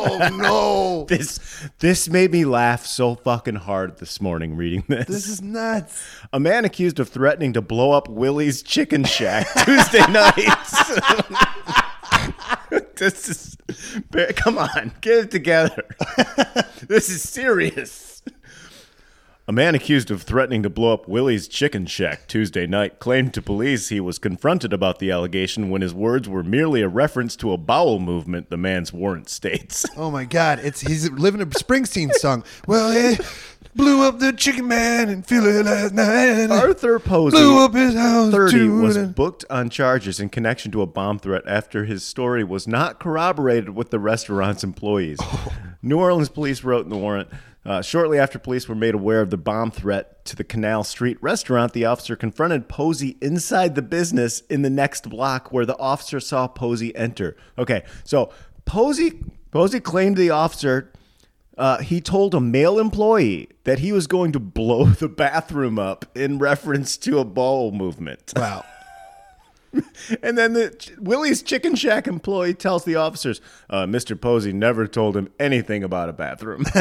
Speaker 2: Oh [laughs] no.
Speaker 1: This this made me laugh so fucking hard this morning reading this.
Speaker 2: This is nuts.
Speaker 1: A man accused of threatening to blow up Willie's chicken shack [laughs] Tuesday nights. [laughs] this is ba- come on, get it together. [laughs] this is serious. A man accused of threatening to blow up Willie's chicken shack Tuesday night claimed to police he was confronted about the allegation when his words were merely a reference to a bowel movement, the man's warrant states. [laughs]
Speaker 2: Oh my god. It's he's living a Springsteen song. Well, it blew up the chicken man in Philly last night.
Speaker 1: Arthur Posey
Speaker 2: blew up his house.
Speaker 1: 30
Speaker 2: too,
Speaker 1: was
Speaker 2: and-
Speaker 1: booked on charges in connection to a bomb threat after his story was not corroborated with the restaurant's employees. New Orleans police wrote in the warrant. Uh, shortly after police were made aware of the bomb threat to the Canal Street restaurant, the officer confronted Posey inside the business in the next block where the officer saw Posey enter. Okay, so Posey Posey claimed the officer uh, he told a male employee that he was going to blow [laughs] the bathroom up in reference to a bowel movement.
Speaker 2: Wow.
Speaker 1: And then the Ch- Willie's Chicken Shack employee tells the officers, uh, "Mr. Posey never told him anything about a bathroom." [laughs]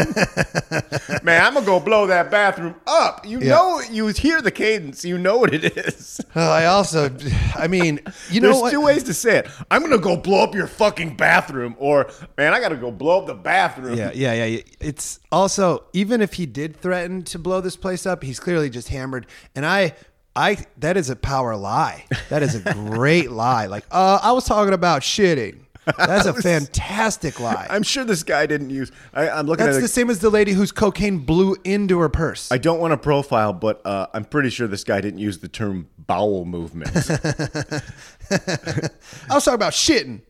Speaker 1: Man, I'm gonna go blow that bathroom up. You
Speaker 2: Yeah.
Speaker 1: know, you hear the cadence. You know what it is.
Speaker 2: Oh, I also I mean, [laughs] you know
Speaker 1: There's
Speaker 2: what?
Speaker 1: two ways to say it. I'm gonna go blow up your fucking bathroom, or man, I gotta go blow up the bathroom.
Speaker 2: Yeah, yeah, yeah, yeah. It's also even if he did threaten to blow this place up, he's clearly just hammered. And I, I that is a power lie. That is
Speaker 1: [laughs]
Speaker 2: a great lie. Like, uh, I was talking about shitting. That's a fantastic lie.
Speaker 1: I'm sure this guy didn't use. I, I'm looking
Speaker 2: That's
Speaker 1: at.
Speaker 2: the
Speaker 1: it.
Speaker 2: same as the lady whose cocaine blew into her purse.
Speaker 1: I don't want to profile, but uh, I'm pretty sure this guy didn't use the term bowel movement. [laughs]
Speaker 2: I was talking about shitting.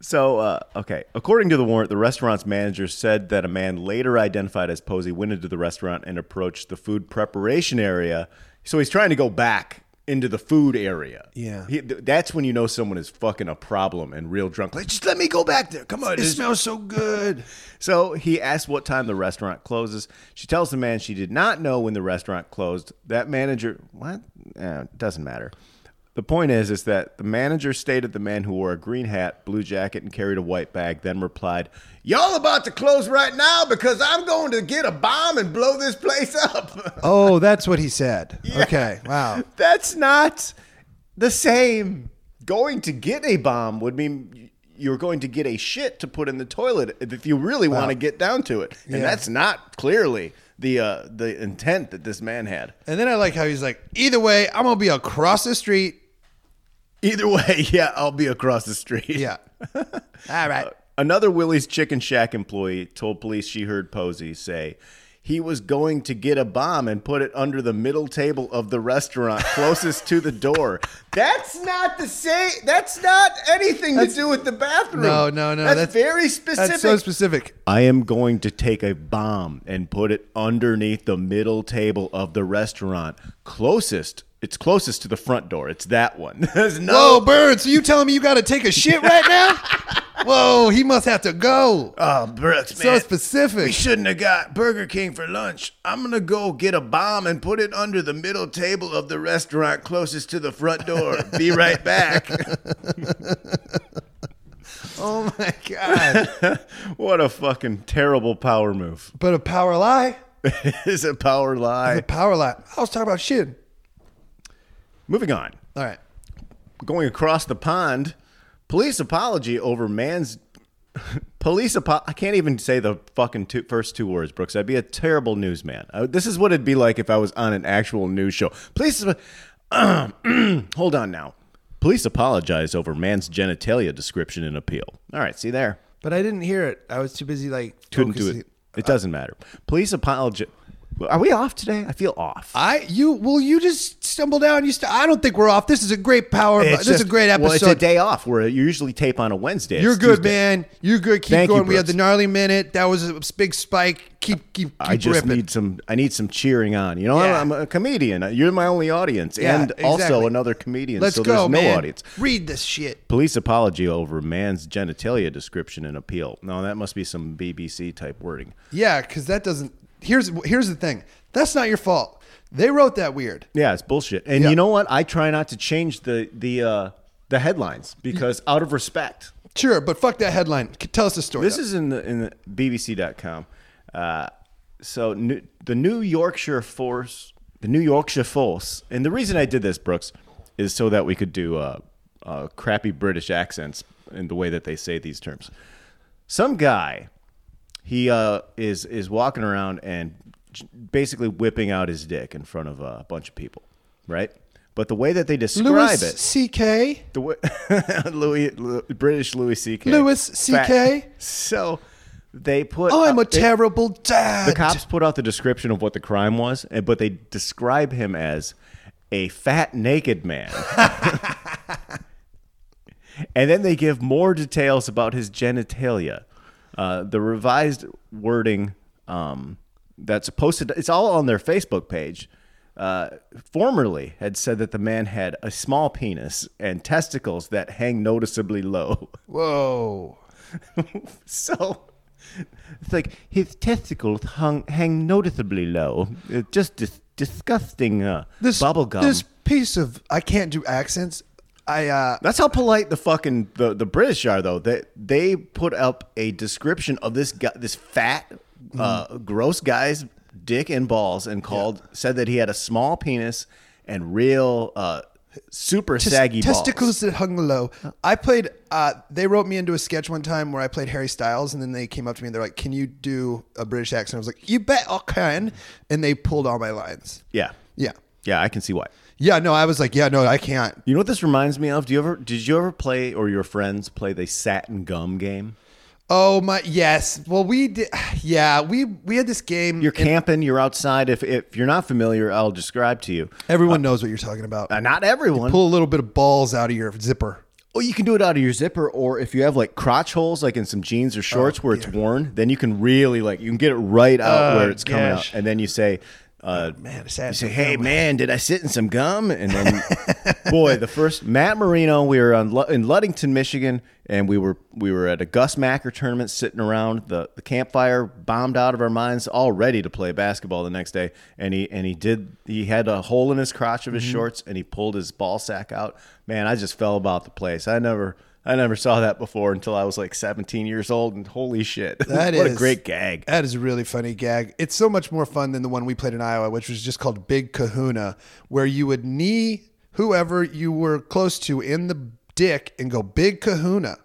Speaker 1: So, uh, okay. According to the warrant, the restaurant's manager said that a man later identified as Posey went into the restaurant and approached the food preparation area. So he's trying to go back into the food area.
Speaker 2: Yeah.
Speaker 1: He, th- that's when you know someone is fucking a problem and real drunk. Like, just let me go back there. Come on.
Speaker 2: It
Speaker 1: just-
Speaker 2: smells so good.
Speaker 1: [laughs] so he asked what time the restaurant closes. She tells the man she did not know when the restaurant closed. That manager, what? Eh, doesn't matter. The point is, is that the manager stated the man who wore a green hat, blue jacket, and carried a white bag, then replied, "Y'all about to close right now because I'm going to get a bomb and blow this place up." [laughs]
Speaker 2: Oh, that's what he said. Okay, wow.
Speaker 1: That's not the same. Going to get a bomb would mean you're going to get a shit to put in the toilet if you really want to get down to it, and
Speaker 2: Yeah.
Speaker 1: that's not clearly the uh, the intent that this man had.
Speaker 2: And then I like how he's like, either way, I'm gonna be across the street.
Speaker 1: Either way, [laughs] yeah, I'll be across the street. [laughs]
Speaker 2: Yeah. All right.
Speaker 1: Another Willie's Chicken Shack employee told police she heard Posey say he was going to get a bomb and put it under the middle table of the restaurant closest to the door. That's not the same. That's not anything to do with the bathroom.
Speaker 2: No, no, no.
Speaker 1: That's, very specific.
Speaker 2: That's so specific.
Speaker 1: I am going to take a bomb and put it underneath the middle table of the restaurant closest. It's closest to the front door. It's that one. [laughs] There's no
Speaker 2: Whoa, Bird, so you telling me you got to take a shit right
Speaker 1: [laughs]
Speaker 2: now? Whoa, he must have to go.
Speaker 1: Oh, Brooks,
Speaker 2: So
Speaker 1: man. [laughs]
Speaker 2: specific.
Speaker 1: We shouldn't have got Burger King for lunch. I'm going to go get a bomb and put it under the middle table of the restaurant closest to the front door. Be right back.
Speaker 2: Oh [laughs] my God.
Speaker 1: [laughs] what a fucking terrible power move.
Speaker 2: but a power lie?
Speaker 1: [laughs] it's a power
Speaker 2: A
Speaker 1: lie.
Speaker 2: power lie. I was talking about shit.
Speaker 1: [laughs] Moving on.
Speaker 2: All right.
Speaker 1: going across the pond, police apology over man's [laughs] police apo- I can't even say the fucking two, first two words, Brooks. I'd be a terrible newsman. I, this is what it'd be like if I was on an actual news show. Police [clears throat] Hold on now. Police apologize over man's genitalia description in appeal. All right, see there.
Speaker 2: But I didn't hear it. I was too busy like
Speaker 1: Couldn't do
Speaker 2: focusing-
Speaker 1: it. It doesn't matter. Police apologize. Are we off today? I feel off.
Speaker 2: I you well you just stumbled down. You st- I don't think we're off. This is a great power.
Speaker 1: It's
Speaker 2: this is
Speaker 1: just-
Speaker 2: a great episode.
Speaker 1: Well, it's a day off. Where you usually tape on a Wednesday. It's
Speaker 2: You're good,
Speaker 1: Tuesday.
Speaker 2: man. You're good. Keep
Speaker 1: Thank you,
Speaker 2: going. we had
Speaker 1: Brooks.
Speaker 2: the gnarly minute. That was a big spike. Keep keep keep
Speaker 1: I just
Speaker 2: ripping.
Speaker 1: need some. I need some cheering on. You know,
Speaker 2: Yeah.
Speaker 1: I'm, I'm a comedian. You're my only audience,
Speaker 2: Yeah,
Speaker 1: and also
Speaker 2: exactly.
Speaker 1: another comedian.
Speaker 2: Let's
Speaker 1: so
Speaker 2: go,
Speaker 1: there's no
Speaker 2: man.
Speaker 1: audience.
Speaker 2: Read this shit.
Speaker 1: Police apology over man's genitalia description and appeal. No, that must be some BBC type wording.
Speaker 2: Yeah, because that doesn't. Here's here's the thing. That's not your fault. They wrote that weird.
Speaker 1: Yeah, it's bullshit. And
Speaker 2: Yeah.
Speaker 1: you know what? I try not to change the the uh, the headlines because out of respect.
Speaker 2: Sure, but fuck that headline. C- Tell us the story.
Speaker 1: This
Speaker 2: though.
Speaker 1: is in the, in the BBC.com. Uh, so new, the New Yorkshire Force, the New Yorkshire Force, and the reason I did this, Brooks, is so that we could do uh, uh, crappy British accents in the way that they say these terms. Some guy, he uh, is is walking around and j- basically whipping out his dick in front of uh, a bunch of people, right? But the way that they describe
Speaker 2: Louis
Speaker 1: it,
Speaker 2: C.K.
Speaker 1: the way, [laughs] Louis, Lou- British Louis C.K.
Speaker 2: Louis C.K..
Speaker 1: Fat- So they put.
Speaker 2: I'm a
Speaker 1: they-
Speaker 2: terrible dad.
Speaker 1: Uh, The cops put out the description of what the crime was, and- but they describe him as a fat naked man. [laughs] and then they give more details about his genitalia. Uh, the revised wording um, that's posted, it's all on their Facebook page. Uh, formerly had said that the man had a small penis and testicles that hang noticeably low. [laughs]
Speaker 2: Whoa.
Speaker 1: So it's like his testicles hung, hang noticeably low. Uh, just dis- disgusting uh,
Speaker 2: This
Speaker 1: bubble gum.
Speaker 2: This piece of I can't do accents. I uh
Speaker 1: That's how polite the fucking the, the British are, though. They they put up a description of this guy, this fat,
Speaker 2: Mm-hmm.
Speaker 1: uh, gross guy's dick and balls, and called said that he had a small penis and real uh, super
Speaker 2: tes-
Speaker 1: saggy balls.
Speaker 2: testicles that hung low. I played. Uh, they wrote me into a sketch one time where I played Harry Styles, and then they came up to me and they're like, "Can you do a British accent?" I was like, "You bet I can," and they pulled all my lines.
Speaker 1: Yeah,
Speaker 2: Yeah,
Speaker 1: yeah, I can see why.
Speaker 2: yeah. No, I was like, "Yeah, no, I can't."
Speaker 1: You know what this reminds me of? Do you ever did you ever play or your friends play the satin gum game?
Speaker 2: Oh my, yes. Well, we did. [sighs] Yeah, we we had this game.
Speaker 1: You're camping. You're outside. If if you're not familiar, I'll describe to you.
Speaker 2: Everyone knows what you're talking about.
Speaker 1: Uh, not everyone.
Speaker 2: Pull a little bit of balls out of your zipper.
Speaker 1: Or you can do it out of your zipper, or if you have like crotch holes, like in some jeans or shorts where it's worn, then you can really like you can get it right out
Speaker 2: Oh,
Speaker 1: where it's coming
Speaker 2: gosh.
Speaker 1: out, and then you say, uh,
Speaker 2: Man, it's
Speaker 1: you say,
Speaker 2: actually-
Speaker 1: hey man, did I sit in some gum? And
Speaker 2: [laughs]
Speaker 1: then, boy, the first Matt Marino, we were on, Lu- in Ludington, Michigan, and we were we were at a Gus Macker tournament, sitting around the, the campfire, bombed out of our minds, all ready to play basketball the next day. And he and he did he had a hole in his crotch of his
Speaker 2: Mm-hmm.
Speaker 1: shorts, and he pulled his ball sack out. Man, I just fell about the place. I never. I never saw that before until I was like 17 years old, and holy shit! [laughs]
Speaker 2: That
Speaker 1: what a
Speaker 2: is-
Speaker 1: great gag.
Speaker 2: That is a really funny gag. It's so much more fun than the one we played in Iowa, which was just called Big Kahuna, where you would knee whoever you were close to in the dick and go Big Kahuna.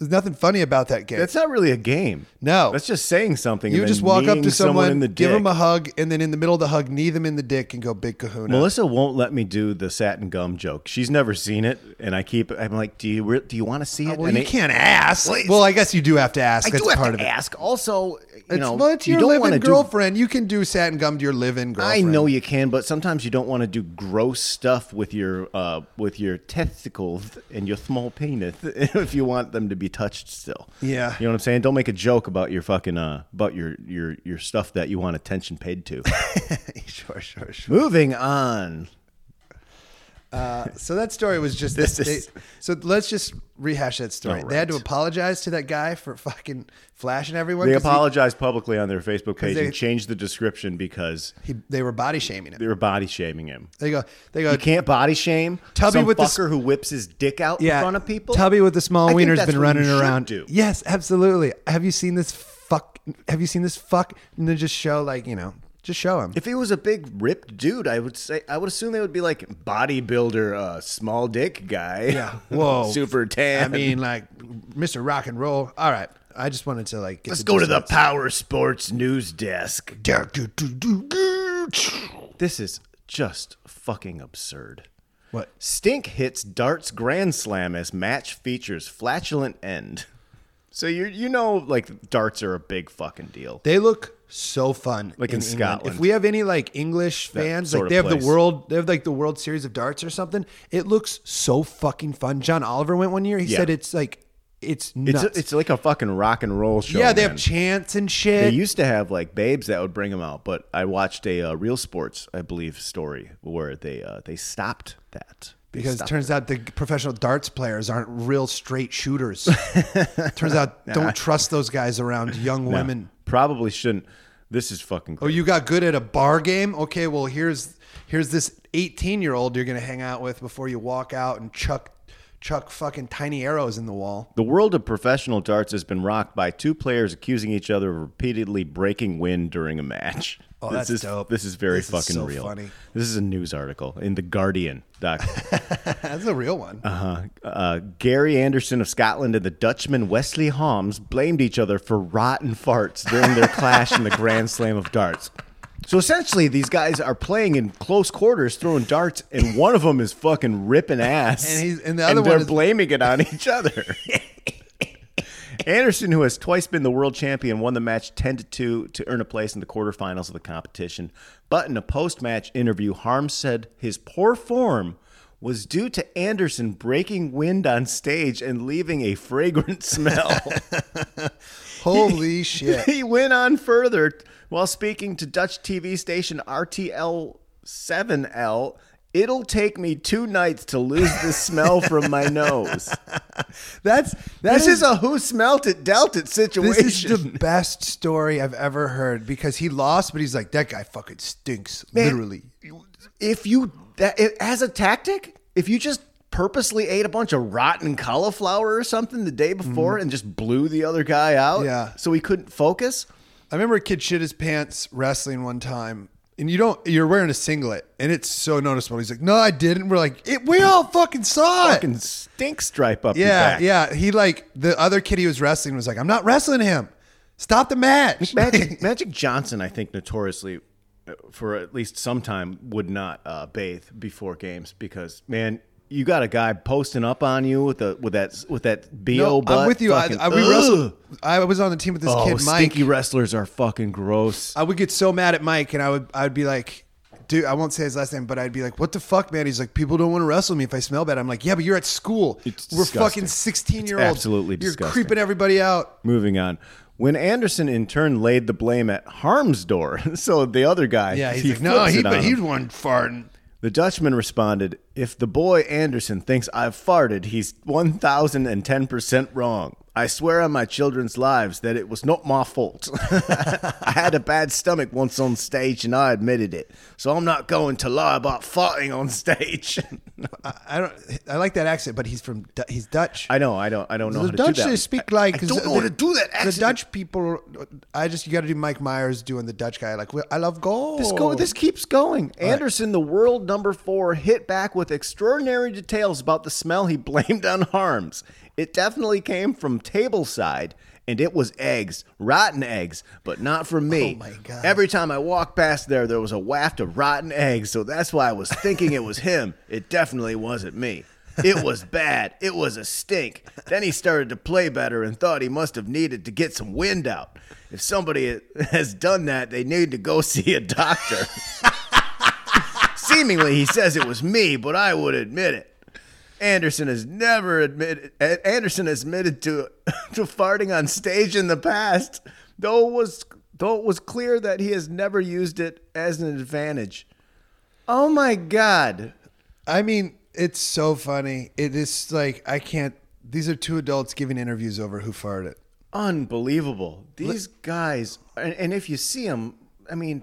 Speaker 2: There's nothing funny about that game.
Speaker 1: That's not really a game.
Speaker 2: No.
Speaker 1: that's Oh. just saying something.
Speaker 2: you
Speaker 1: and
Speaker 2: just
Speaker 1: then
Speaker 2: walk up to
Speaker 1: kneeing
Speaker 2: someone,
Speaker 1: in the
Speaker 2: give them
Speaker 1: dick.
Speaker 2: a hug, and then in the middle of the hug, knee them in the dick and go Big Kahuna.
Speaker 1: Melissa won't let me do the satin gum joke. She's never seen it, and I keep. I'm like, do you re- do Oh, you want to see it?
Speaker 2: well,
Speaker 1: and
Speaker 2: you
Speaker 1: it-
Speaker 2: can't ask.
Speaker 1: Well, it's-
Speaker 2: Well, I guess you do have to ask.
Speaker 1: I
Speaker 2: That's
Speaker 1: do have
Speaker 2: part
Speaker 1: to
Speaker 2: of it.
Speaker 1: ask. Also, you
Speaker 2: It's,
Speaker 1: know,
Speaker 2: well, it's
Speaker 1: you
Speaker 2: your
Speaker 1: don't want
Speaker 2: living
Speaker 1: to
Speaker 2: girlfriend. you can do satin gum to your living
Speaker 1: Do,
Speaker 2: girlfriend.
Speaker 1: I [laughs] know you can, but sometimes you don't want to do gross stuff with your uh, with your testicles and your small penis [laughs] if you want them to be touched still.
Speaker 2: Yeah.
Speaker 1: you know what I'm saying. Don't make a joke about your fucking uh, about your your your stuff that you want attention paid [laughs] to.
Speaker 2: sure, sure, sure.
Speaker 1: Moving on.
Speaker 2: So that story was just
Speaker 1: This
Speaker 2: they-
Speaker 1: is-
Speaker 2: so let's just rehash that story.
Speaker 1: All
Speaker 2: They had to
Speaker 1: right.
Speaker 2: apologize to that guy for fucking flashing everyone.
Speaker 1: They
Speaker 2: 'cause he-
Speaker 1: apologized publicly on their Facebook page
Speaker 2: they-
Speaker 1: and changed the description because
Speaker 2: he- they were body shaming him.
Speaker 1: they were body shaming him.
Speaker 2: They go. They go.
Speaker 1: You can't body shame
Speaker 2: Tubby
Speaker 1: some
Speaker 2: with the s-
Speaker 1: fucker who whips his dick out in front of people.
Speaker 2: Tubby with the small
Speaker 1: I think
Speaker 2: wiener's
Speaker 1: that's
Speaker 2: been
Speaker 1: what you
Speaker 2: running
Speaker 1: should
Speaker 2: around.
Speaker 1: do.
Speaker 2: Yes, absolutely. Have you seen this fuck? Have you seen this fuck? And they just show like you know Just show him.
Speaker 1: If he was a big ripped dude, I would say I would assume they would be like bodybuilder, uh, small dick guy.
Speaker 2: Yeah.
Speaker 1: [laughs]
Speaker 2: Whoa.
Speaker 1: Super tan.
Speaker 2: I mean, like Mr. Rock and Roll. All right. I just wanted to like. Get
Speaker 1: let's go to
Speaker 2: gist
Speaker 1: the
Speaker 2: of it.
Speaker 1: Power Sports News Desk. This is just fucking absurd.
Speaker 2: What?
Speaker 1: Stink hits darts grand slam as match features flatulent end. So you you know like darts are a big fucking deal.
Speaker 2: They look so fun.
Speaker 1: Like in
Speaker 2: England.
Speaker 1: Scotland.
Speaker 2: If we have any like English fans,
Speaker 1: sort
Speaker 2: like
Speaker 1: of
Speaker 2: they have
Speaker 1: place.
Speaker 2: the world, they have like the World Series of Darts or something. It looks so fucking fun. John Oliver went one year. He
Speaker 1: Yeah.
Speaker 2: said it's like it's
Speaker 1: It's
Speaker 2: nuts.
Speaker 1: a, it's like a fucking rock and roll show.
Speaker 2: yeah, they
Speaker 1: man.
Speaker 2: have chants and
Speaker 1: They
Speaker 2: shit.
Speaker 1: used to have like babes that would bring them out, but I watched a uh, Real Sports, I believe, story where they uh, they stopped that They
Speaker 2: because it
Speaker 1: stopped
Speaker 2: turns out the professional darts players aren't real
Speaker 1: [laughs]
Speaker 2: straight shooters. turns out don't trust those guys around young
Speaker 1: that.
Speaker 2: women.
Speaker 1: probably shouldn't. This is fucking.
Speaker 2: Oh, you got good at a bar game? Okay, well here's here's this 18 year old you're gonna hang out with before you walk out and chuck chuck fucking tiny arrows in the wall. [laughs]
Speaker 1: The world of professional darts has been rocked by two players accusing each other of repeatedly breaking wind during a match.
Speaker 2: Oh,
Speaker 1: this
Speaker 2: that's
Speaker 1: is,
Speaker 2: dope.
Speaker 1: This is very
Speaker 2: This is
Speaker 1: fucking
Speaker 2: so
Speaker 1: real.
Speaker 2: funny.
Speaker 1: This is a news article in the Guardian. Doc.
Speaker 2: That's a real one.
Speaker 1: Uh, uh, Gary Anderson of Scotland and the Dutchman Wesley Holmes blamed each other for rotten farts during their clash in the Grand Slam of darts. So essentially, these guys are playing in close quarters, throwing darts, and one of them is fucking ripping ass,
Speaker 2: And he's- and the other one
Speaker 1: they're
Speaker 2: is-
Speaker 1: blaming it on each other. Anderson, who has twice been the world champion, won the match 10 to 2 to earn a place in the quarterfinals of the competition. But in a post match interview, Harms said his poor form was due to Anderson breaking wind on stage and leaving a fragrant [laughs]
Speaker 2: [laughs]
Speaker 1: smell.
Speaker 2: Holy [laughs] shit.
Speaker 1: he went on further while speaking to Dutch TV station RTL 7L. It'll take me two nights to lose the smell from my nose.
Speaker 2: [laughs] That's that
Speaker 1: This is a who smelt it, dealt it situation.
Speaker 2: this is the best story I've ever heard because he lost, but he's like, that guy fucking stinks. literally.
Speaker 1: if you that if, as a tactic, if you just purposely ate a bunch of rotten cauliflower or something the day before and just blew the other guy out,
Speaker 2: Mm-hmm. Yeah.
Speaker 1: so he couldn't focus.
Speaker 2: I remember a kid shit his pants wrestling one time. And you don't, you're wearing a singlet, and it's so noticeable. He's like, "No, I didn't." We're like, it, "We all fucking saw it."
Speaker 1: Fucking stink stripe up. your
Speaker 2: Mm. yeah,
Speaker 1: back.
Speaker 2: yeah. He like the other kid he was wrestling was like, "I'm not wrestling him. Stop the
Speaker 1: [laughs]
Speaker 2: match." [laughs]
Speaker 1: Magic Magic Johnson, I think, notoriously, uh, for at least some time, would not uh, bathe before games because man. You got a guy posting up on you with a with that with that bo
Speaker 2: No,
Speaker 1: butt.
Speaker 2: I'm with you. I,
Speaker 1: fucking-
Speaker 2: I, we
Speaker 1: Ugh.
Speaker 2: wrestled, I was on the team with this
Speaker 1: Oh,
Speaker 2: kid, Mike.
Speaker 1: stinky wrestlers are fucking gross.
Speaker 2: I would get so mad at Mike, and I would I'd be like, dude, I won't say his last name, but I'd be like, what the fuck, man? He's like, people don't want to wrestle me if I smell bad. I'm like, yeah, but you're at school.
Speaker 1: It's
Speaker 2: We're
Speaker 1: disgusting.
Speaker 2: fucking sixteen year olds.
Speaker 1: absolutely
Speaker 2: you're
Speaker 1: disgusting.
Speaker 2: creeping everybody out.
Speaker 1: Moving on. When Anderson in turn laid the blame at Harm's door, [laughs] so the other guy,
Speaker 2: Yeah, he's
Speaker 1: he
Speaker 2: like, no,
Speaker 1: flips
Speaker 2: he
Speaker 1: it on
Speaker 2: but he's
Speaker 1: him.
Speaker 2: one farting.
Speaker 1: the Dutchman responded, "If the boy Anderson thinks I've farted, he's one thousand and ten percent wrong. I swear on my children's lives that it was not my fault. [laughs] I had a bad stomach once on stage, and I admitted it. So I'm not going to lie about farting on stage. [laughs]
Speaker 2: I, I don't. I like that accent, but he's from Du- he's Dutch.
Speaker 1: I know, I don't, I don't know.
Speaker 2: the
Speaker 1: how to
Speaker 2: Dutch
Speaker 1: do that.
Speaker 2: they speak like
Speaker 1: I don't know how to do that.
Speaker 2: The
Speaker 1: accent.
Speaker 2: Dutch people, I just you got to do Mike Myers doing the Dutch guy like "Well, I love gold.
Speaker 1: This go. This keeps going. Anderson, the world number four, hit back with extraordinary details about the smell he [laughs] blamed on Harms. It definitely came from tableside, and it was eggs, rotten eggs, but not from me.
Speaker 2: Oh my God.
Speaker 1: Every time I walked past there, there was a waft of rotten eggs, so that's why I was thinking it was
Speaker 2: [laughs]
Speaker 1: him. It definitely wasn't me. It was bad. It was a stink. Then he started to play better and thought he must have needed to get some wind out. If somebody [laughs] has done that, they need to go [laughs] see a doctor. Seemingly, he says it was me, but I would admit it. Anderson has never admitted. A- Anderson has admitted to [laughs] to farting on stage in the past, though it was though it was clear that he has never used it as an advantage. Oh my god!
Speaker 2: I mean, it's so funny. It is like I can't. These are two adults giving interviews over who farted.
Speaker 1: Unbelievable. These guys, and, and if you see him, I mean,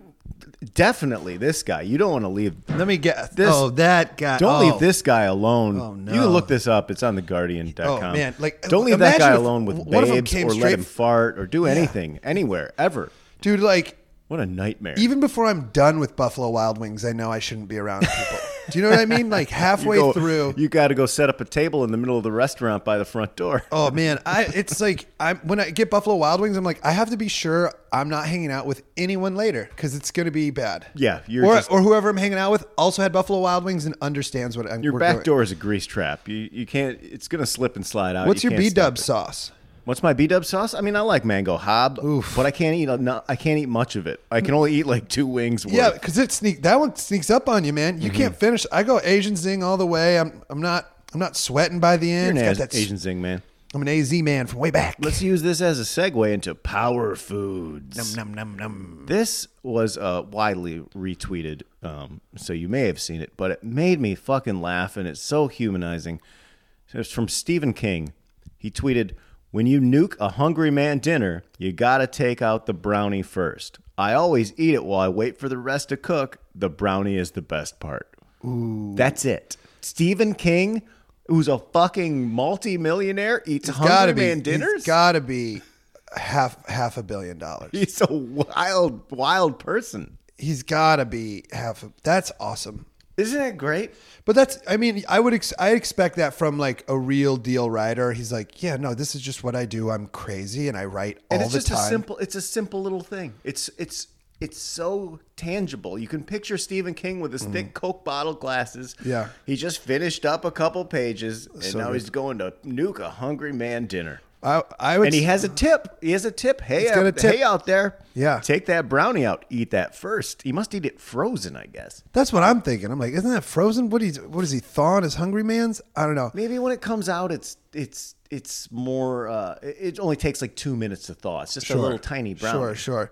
Speaker 1: definitely this guy. You don't want to leave.
Speaker 2: Let me guess.
Speaker 1: This-
Speaker 2: oh, that guy.
Speaker 1: Don't
Speaker 2: Oh.
Speaker 1: leave this guy alone.
Speaker 2: Oh, no.
Speaker 1: You can look this up. It's on theguardian.com.
Speaker 2: Oh, man, like,
Speaker 1: don't leave that
Speaker 2: imagine
Speaker 1: guy
Speaker 2: if
Speaker 1: alone with
Speaker 2: one of 'em
Speaker 1: babes
Speaker 2: came
Speaker 1: or let
Speaker 2: straight-
Speaker 1: him fart or do anything anywhere ever.
Speaker 2: dude. Like
Speaker 1: What a nightmare.
Speaker 2: even before I'm done with Buffalo Wild Wings, I know I shouldn't be around
Speaker 1: [laughs]
Speaker 2: people. Do you know what I mean? Like halfway
Speaker 1: go-
Speaker 2: through.
Speaker 1: you got to go set up a table in the middle of the restaurant by the front door.
Speaker 2: Oh man, I it's like I'm when I get Buffalo Wild Wings, I'm like I have to be sure I'm not hanging out with anyone later because it's gonna be bad.
Speaker 1: [laughs] Yeah, you're
Speaker 2: or,
Speaker 1: just-
Speaker 2: or whoever I'm hanging out with also had Buffalo Wild Wings and understands what I'm.
Speaker 1: Your
Speaker 2: we're
Speaker 1: back
Speaker 2: doing.
Speaker 1: door is a grease trap. You you can't. It's gonna slip and slide out.
Speaker 2: What's
Speaker 1: You
Speaker 2: your
Speaker 1: can't
Speaker 2: B
Speaker 1: stop
Speaker 2: Dub
Speaker 1: it.
Speaker 2: sauce?
Speaker 1: What's my B dub sauce? I mean, I like mango hob, but I can't eat. a- no, I can't eat much of it. I can only eat like two wings. Worth.
Speaker 2: [laughs] Yeah, because it sneak that one sneaks up on you, man. You
Speaker 1: Mm-hmm.
Speaker 2: can't finish. I go Asian zing all the way. I'm I'm not I'm not sweating by the
Speaker 1: You're an
Speaker 2: end. It's got
Speaker 1: Az-
Speaker 2: that s-
Speaker 1: Asian zing man.
Speaker 2: I'm an AZ man from way back.
Speaker 1: Let's use this as a segue into power foods.
Speaker 2: Num, num, num.
Speaker 1: This was uh, widely retweeted, um, so you may have seen it, but it made me fucking laugh, and it's so humanizing. It's from Stephen King. He tweeted, "When you nuke a hungry man dinner, you gotta take out the brownie first. I always eat it while I wait for the rest to cook. The brownie is the best part. Ooh, that's it." Stephen King, who's a fucking multimillionaire, eats hungry
Speaker 2: Gotta be
Speaker 1: man dinners.
Speaker 2: he's Gotta be half half a billion dollars.
Speaker 1: [laughs] He's a wild, wild person.
Speaker 2: He's gotta be half. A, that's awesome.
Speaker 1: Isn't that great?
Speaker 2: But that's, I mean, I would, ex- I expect that from like a real deal writer. He's like, yeah, no, this is just what I do. I'm crazy and I write all
Speaker 1: and it's
Speaker 2: the
Speaker 1: just
Speaker 2: time.
Speaker 1: a simple it's a simple little thing it's it's it's so tangible you can picture stephen king with his thick coke bottle glasses
Speaker 2: Mm-hmm. Yeah.
Speaker 1: he just finished up a couple pages and
Speaker 2: So
Speaker 1: now
Speaker 2: good.
Speaker 1: he's going to nuke a hungry man dinner
Speaker 2: I, I would,
Speaker 1: and he has a tip he has a tip hey
Speaker 2: uh, got a
Speaker 1: out,
Speaker 2: tip.
Speaker 1: hey out there
Speaker 2: Yeah.
Speaker 1: take that brownie out eat that first he must eat it frozen i guess
Speaker 2: that's what I'm thinking. I'm like, isn't that frozen? What is, what is he thawing his hungry man's? I don't know.
Speaker 1: maybe when it comes out it's it's it's more uh it it only takes like two minutes to thaw it's just a little tiny brownie
Speaker 2: Sure, sure.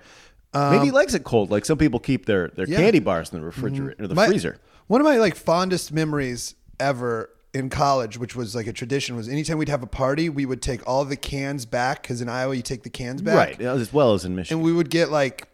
Speaker 1: Maybe he likes it cold, like some people keep their, their
Speaker 2: Yeah.
Speaker 1: candy bars in the refrigerator or the
Speaker 2: My-
Speaker 1: freezer.
Speaker 2: One of my like fondest memories ever in college, which was like a tradition, was anytime we'd have a party, we would take all the cans back because in Iowa you take the cans back.
Speaker 1: Right, as well as in Michigan.
Speaker 2: and we would get like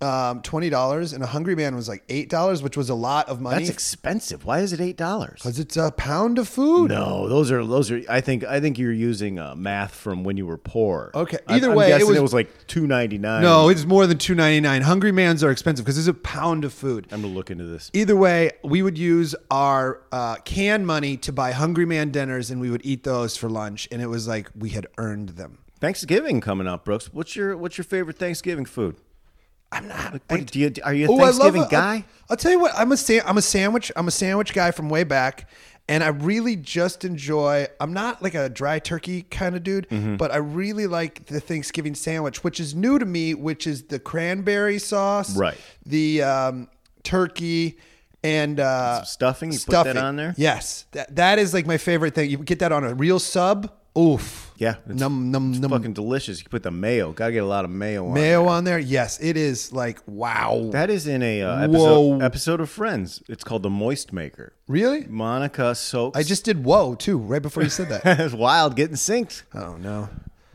Speaker 2: um, twenty dollars, and a hungry man was like eight dollars, which was a lot of money
Speaker 1: That's expensive. Why is it eight dollars?
Speaker 2: because it's a pound of food.
Speaker 1: No, those are those are. I think I think you're using uh, math from when you were poor.
Speaker 2: Okay,
Speaker 1: I'm-
Speaker 2: either
Speaker 1: I'm
Speaker 2: way, it
Speaker 1: guessing
Speaker 2: was-
Speaker 1: it was like two ninety nine.
Speaker 2: No, it's more than two ninety nine. Hungry man's are expensive because it's a pound of food.
Speaker 1: I'm gonna look into this.
Speaker 2: Either way, we would use our uh, can money to buy Hungry Man dinners, and we would eat those for lunch. And it was like we had earned them.
Speaker 1: Thanksgiving coming up, Brooks. What's your what's your favorite Thanksgiving food?
Speaker 2: I'm not.
Speaker 1: What, do you are you a
Speaker 2: Oh, I love
Speaker 1: Thanksgiving
Speaker 2: a-
Speaker 1: guy?
Speaker 2: I'll, I'll tell you what. I'm a sa- I'm a sandwich. I'm a sandwich guy from way back, and I really just enjoy. I'm not like a dry turkey kind of dude,
Speaker 1: Mm-hmm.
Speaker 2: but I really like the Thanksgiving sandwich, which is new to me. Which is the cranberry sauce,
Speaker 1: Right.
Speaker 2: The um, turkey and uh,
Speaker 1: Some stuffing? You put that on there?
Speaker 2: Yes, that that is like my favorite thing. You get that on a real sub. Oof.
Speaker 1: yeah, it's,
Speaker 2: Num num
Speaker 1: it's
Speaker 2: num.
Speaker 1: fucking delicious. You put the mayo. Gotta get a lot of mayo. on
Speaker 2: mayo on there. Yes, it is like wow.
Speaker 1: That is in a uh,
Speaker 2: Whoa.
Speaker 1: episode, episode of Friends. It's called the Moist Maker.
Speaker 2: really?
Speaker 1: Monica soaks.
Speaker 2: I just did whoa too right before you said that.
Speaker 1: [laughs] It's wild getting synced.
Speaker 2: oh no.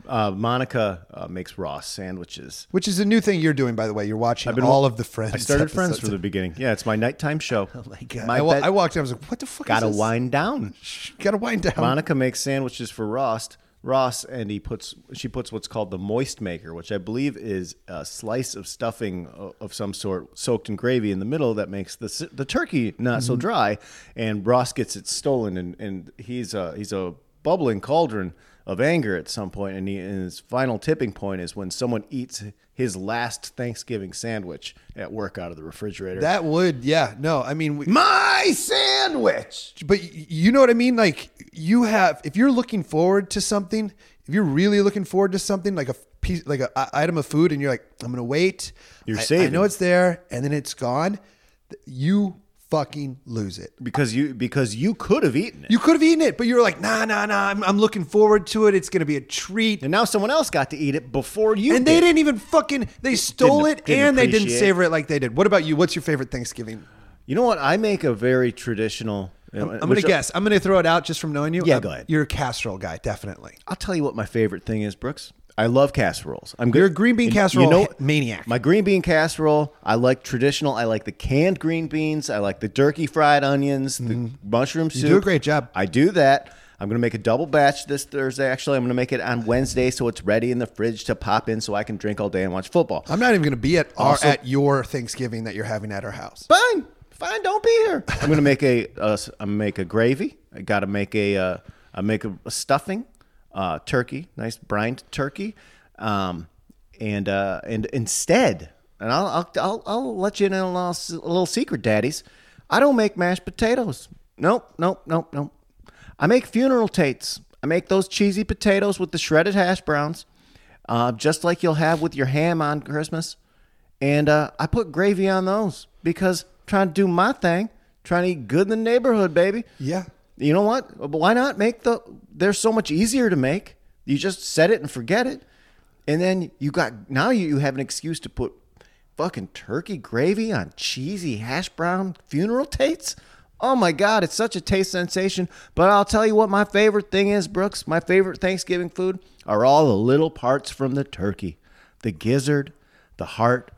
Speaker 1: Uh, Monica uh, makes raw sandwiches.
Speaker 2: Which is a new thing you're doing, by the way. You're watching all of the Friends.
Speaker 1: I started Friends
Speaker 2: episodes. [laughs]
Speaker 1: from the beginning. Yeah, it's my nighttime show. Oh my god!
Speaker 2: I, wa- I walked in. I was like, "What the fuck?"
Speaker 1: gotta
Speaker 2: is this?
Speaker 1: wind down.
Speaker 2: [laughs] Gotta wind down.
Speaker 1: Monica makes sandwiches for Ross. Ross and he puts she puts what's called the moist maker, which I believe is a slice of stuffing o- of some sort soaked in gravy in the middle that makes the s- the turkey not so dry. And Ross gets it stolen, and and he's a he's a bubbling cauldron of anger at some point, and, he, and his final tipping point is when someone eats his last Thanksgiving sandwich at work out of the refrigerator.
Speaker 2: That would, yeah, no. I mean, we,
Speaker 1: my sandwich.
Speaker 2: but y- you know what I mean. Like you have, if you're looking forward to something, if you're really looking forward to something, like a f- piece, like a i- item of food, and you're like, "I'm gonna wait."
Speaker 1: You're
Speaker 2: I, I
Speaker 1: saving.
Speaker 2: know it's there, and then it's gone. th- You fucking lose it.
Speaker 1: Because you because you could have eaten it.
Speaker 2: You could have eaten it, but you were like, "Nah, nah, nah. I'm, I'm looking forward to it. It's gonna be a treat."
Speaker 1: And now someone else got to eat it before you.
Speaker 2: and
Speaker 1: did.
Speaker 2: they didn't even fucking they stole it
Speaker 1: didn't
Speaker 2: and they didn't
Speaker 1: appreciate.
Speaker 2: savor it Uh, like they did. What about you? What's your favorite Thanksgiving?
Speaker 1: You know what? I make a very traditional. uh,
Speaker 2: I'm gonna guess. I'm gonna throw it out just from knowing you.
Speaker 1: Yeah,
Speaker 2: Um,
Speaker 1: go ahead.
Speaker 2: You're a casserole guy, definitely.
Speaker 1: I'll tell you what my favorite thing is, Brooks. I love casseroles. I'm good.
Speaker 2: You're a green bean
Speaker 1: and
Speaker 2: casserole
Speaker 1: you know-
Speaker 2: maniac.
Speaker 1: My green bean casserole. I like traditional. I like the canned
Speaker 2: Mm-hmm.
Speaker 1: green beans. I like the turkey fried onions. The mushroom soup.
Speaker 2: a great job.
Speaker 1: I do that. I'm gonna make a double batch this Thursday. Actually, I'm gonna make it on Wednesday so it's ready in the fridge to pop in so I can drink all day and watch football.
Speaker 2: I'm not even going to be at our,
Speaker 1: Also-
Speaker 2: at your Thanksgiving that you're having at our house.
Speaker 1: fine, fine. Don't be here. I'm gonna make a. Uh, s- I'm gonna make a gravy. I gotta make a. Uh, I make a, a stuffing, uh, turkey, nice brined turkey, um, and uh, and instead, and I'll I'll, I'll I'll let you in on a little, s- a little secret, daddies. I don't make mashed potatoes. Nope, nope, nope, nope. I make funeral tates. I make those cheesy potatoes with the shredded hash browns, uh, just like you'll have with your ham on Christmas and uh, I put gravy on those because I'm trying to do my thing, trying to eat good in the neighborhood, baby.
Speaker 2: Yeah.
Speaker 1: You know what? But why not make the? They're so much easier to make. You just set it and forget it, and then you got now you you have an excuse to put fucking turkey gravy on cheesy hash brown funeral tates. Oh my God, it's such a taste sensation. But I'll tell you what my favorite thing is, Brooks. My favorite Thanksgiving food are all the little parts from the turkey the gizzard, the heart,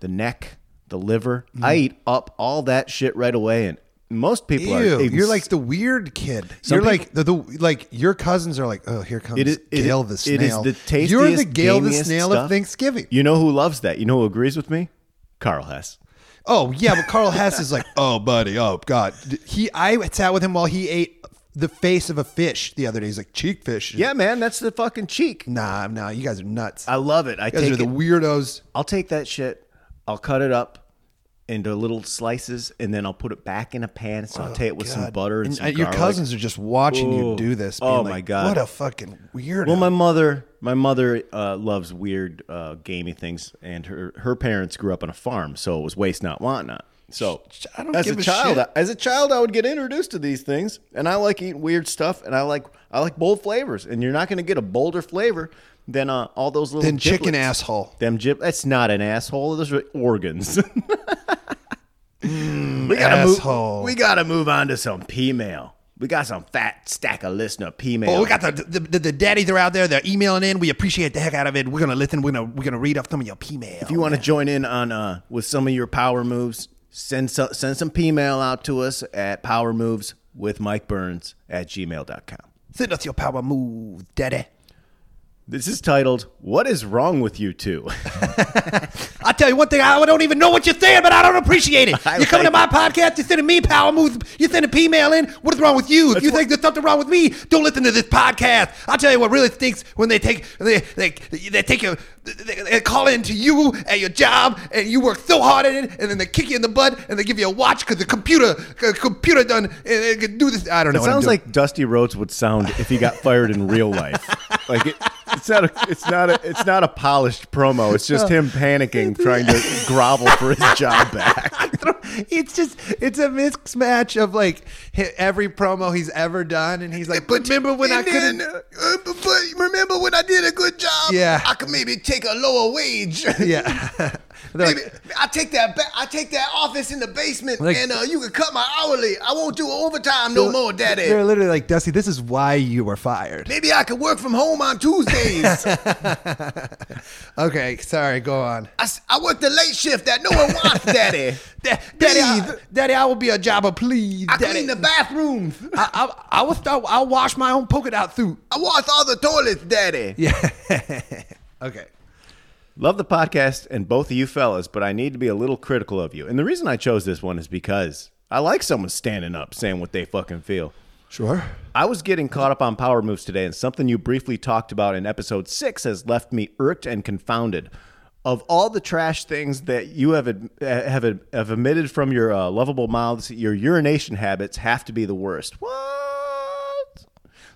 Speaker 1: the neck, the liver. I
Speaker 2: Mm-hmm.
Speaker 1: eat up all that shit right away. And most people
Speaker 2: Ew,
Speaker 1: are. even
Speaker 2: you're like the weird kid.
Speaker 1: Some
Speaker 2: you're like the, the like your cousins are like, oh, here comes
Speaker 1: It is- it-
Speaker 2: Gail the snail.
Speaker 1: It is the tastiest,
Speaker 2: You're the Gail the
Speaker 1: gamiest
Speaker 2: snail
Speaker 1: stuff.
Speaker 2: of Thanksgiving.
Speaker 1: You know who loves that? You know who agrees with me? Carl Hess.
Speaker 2: Oh yeah, but Carl Hess
Speaker 1: [laughs]
Speaker 2: is like, oh buddy, oh god. He, I sat with him while he ate the face of a fish the other day. He's like cheek fish.
Speaker 1: Yeah, man, that's the fucking cheek.
Speaker 2: Nah, nah, you guys are nuts.
Speaker 1: I love it. I
Speaker 2: you guys
Speaker 1: take
Speaker 2: are the
Speaker 1: it-
Speaker 2: weirdos.
Speaker 1: I'll take that shit. I'll cut it up into little slices, and then I'll put it back in a pan. So I'll take it with some
Speaker 2: Oh, God.
Speaker 1: butter and,
Speaker 2: And,
Speaker 1: some
Speaker 2: uh, your
Speaker 1: garlic.
Speaker 2: cousins are just watching you
Speaker 1: Ooh.
Speaker 2: do this.
Speaker 1: Oh,
Speaker 2: being
Speaker 1: my
Speaker 2: like,
Speaker 1: God.
Speaker 2: what a fucking weirdo.
Speaker 1: Well, my mother, my mother uh, loves weird uh, gamey things, and her her parents grew up on a farm, so it was waste not want not. So
Speaker 2: I don't
Speaker 1: as
Speaker 2: give
Speaker 1: a
Speaker 2: a
Speaker 1: child,
Speaker 2: shit.
Speaker 1: as a child, I would get introduced to these things, and I like eating weird stuff, and I like I like bold flavors, and you're not going to get a bolder flavor than uh, all those little
Speaker 2: then chicken
Speaker 1: giblets.
Speaker 2: asshole.
Speaker 1: Them jib. That's not an asshole. Those are organs. [laughs] we
Speaker 2: Mm, asshole.
Speaker 1: move. We gotta move on to some P mail. We got some fat stack of listener P mail.
Speaker 2: Well, Oh, we got the, the the the daddies are out there. They're emailing in. We appreciate the heck out of it. We're gonna listen. We're gonna we're gonna read off some of your email.
Speaker 1: If you want to join in on uh, with some of your power moves, send some, send some P-mail out to us at power moves with Mike Burns at gmail.com.
Speaker 2: send us your power move, daddy.
Speaker 1: This is titled, What is Wrong with You Two? [laughs]
Speaker 2: I tell you one thing. I don't even know what you're saying, but [laughs] I don't appreciate it.
Speaker 1: I
Speaker 2: you're coming
Speaker 1: like-
Speaker 2: to my podcast. You're sending me power moves. You're sending email in. What is wrong with you? If you think there's something wrong with me, don't listen to this podcast. I'll tell you what really stinks when they take they they, they take your they, they call in to you at your job and you work so hard at it, and then they kick you in the butt and they give you a watch because the computer c- computer done and it can do this. I don't know.
Speaker 1: It
Speaker 2: what I'm
Speaker 1: sounds
Speaker 2: doing.
Speaker 1: like Dusty Rhodes would sound if he got fired in real [laughs] life. Like it, it's not a it's not a it's not a polished promo. It's just him panicking, trying to grovel for his job back.
Speaker 2: [laughs] it's just it's a mismatch of like hi- every promo he's ever done, and he's like, "But remember when I couldn't."
Speaker 1: uh, but remember when I did a good job?
Speaker 2: Yeah. I
Speaker 1: could maybe take a lower wage.
Speaker 2: [laughs] Yeah,
Speaker 1: [laughs]
Speaker 2: They're like,
Speaker 1: I take that ba- I take that office in the basement,
Speaker 2: Like- and,
Speaker 1: uh, you can cut my hourly. I won't do overtime
Speaker 2: they're- They're literally like, "Dusty, this is why you were fired."
Speaker 1: Maybe I could work from home on Tuesdays.
Speaker 2: [laughs] Okay, sorry, go on.
Speaker 1: I, work the late shift that no one wants, Daddy.
Speaker 2: [laughs] Da- Daddy, I, Daddy, I will be a jobber, please. Daddy.
Speaker 1: bathroom.
Speaker 2: I, I, I will start. I'll wash my own polka dot suit.
Speaker 1: I wash all the toilets, Daddy.
Speaker 2: Yeah. okay.
Speaker 1: Love the podcast and both of you fellas, but I need to be a little critical of you. And the reason I chose this one is because I like someone standing up saying what they fucking feel.
Speaker 2: Sure.
Speaker 1: I was getting caught up on power moves today, and something you briefly talked about in episode six has left me irked and confounded. Of all the trash things that you have ad- uh, have, ad- have emitted from your uh, lovable mouths, your urination habits have to be the worst. What?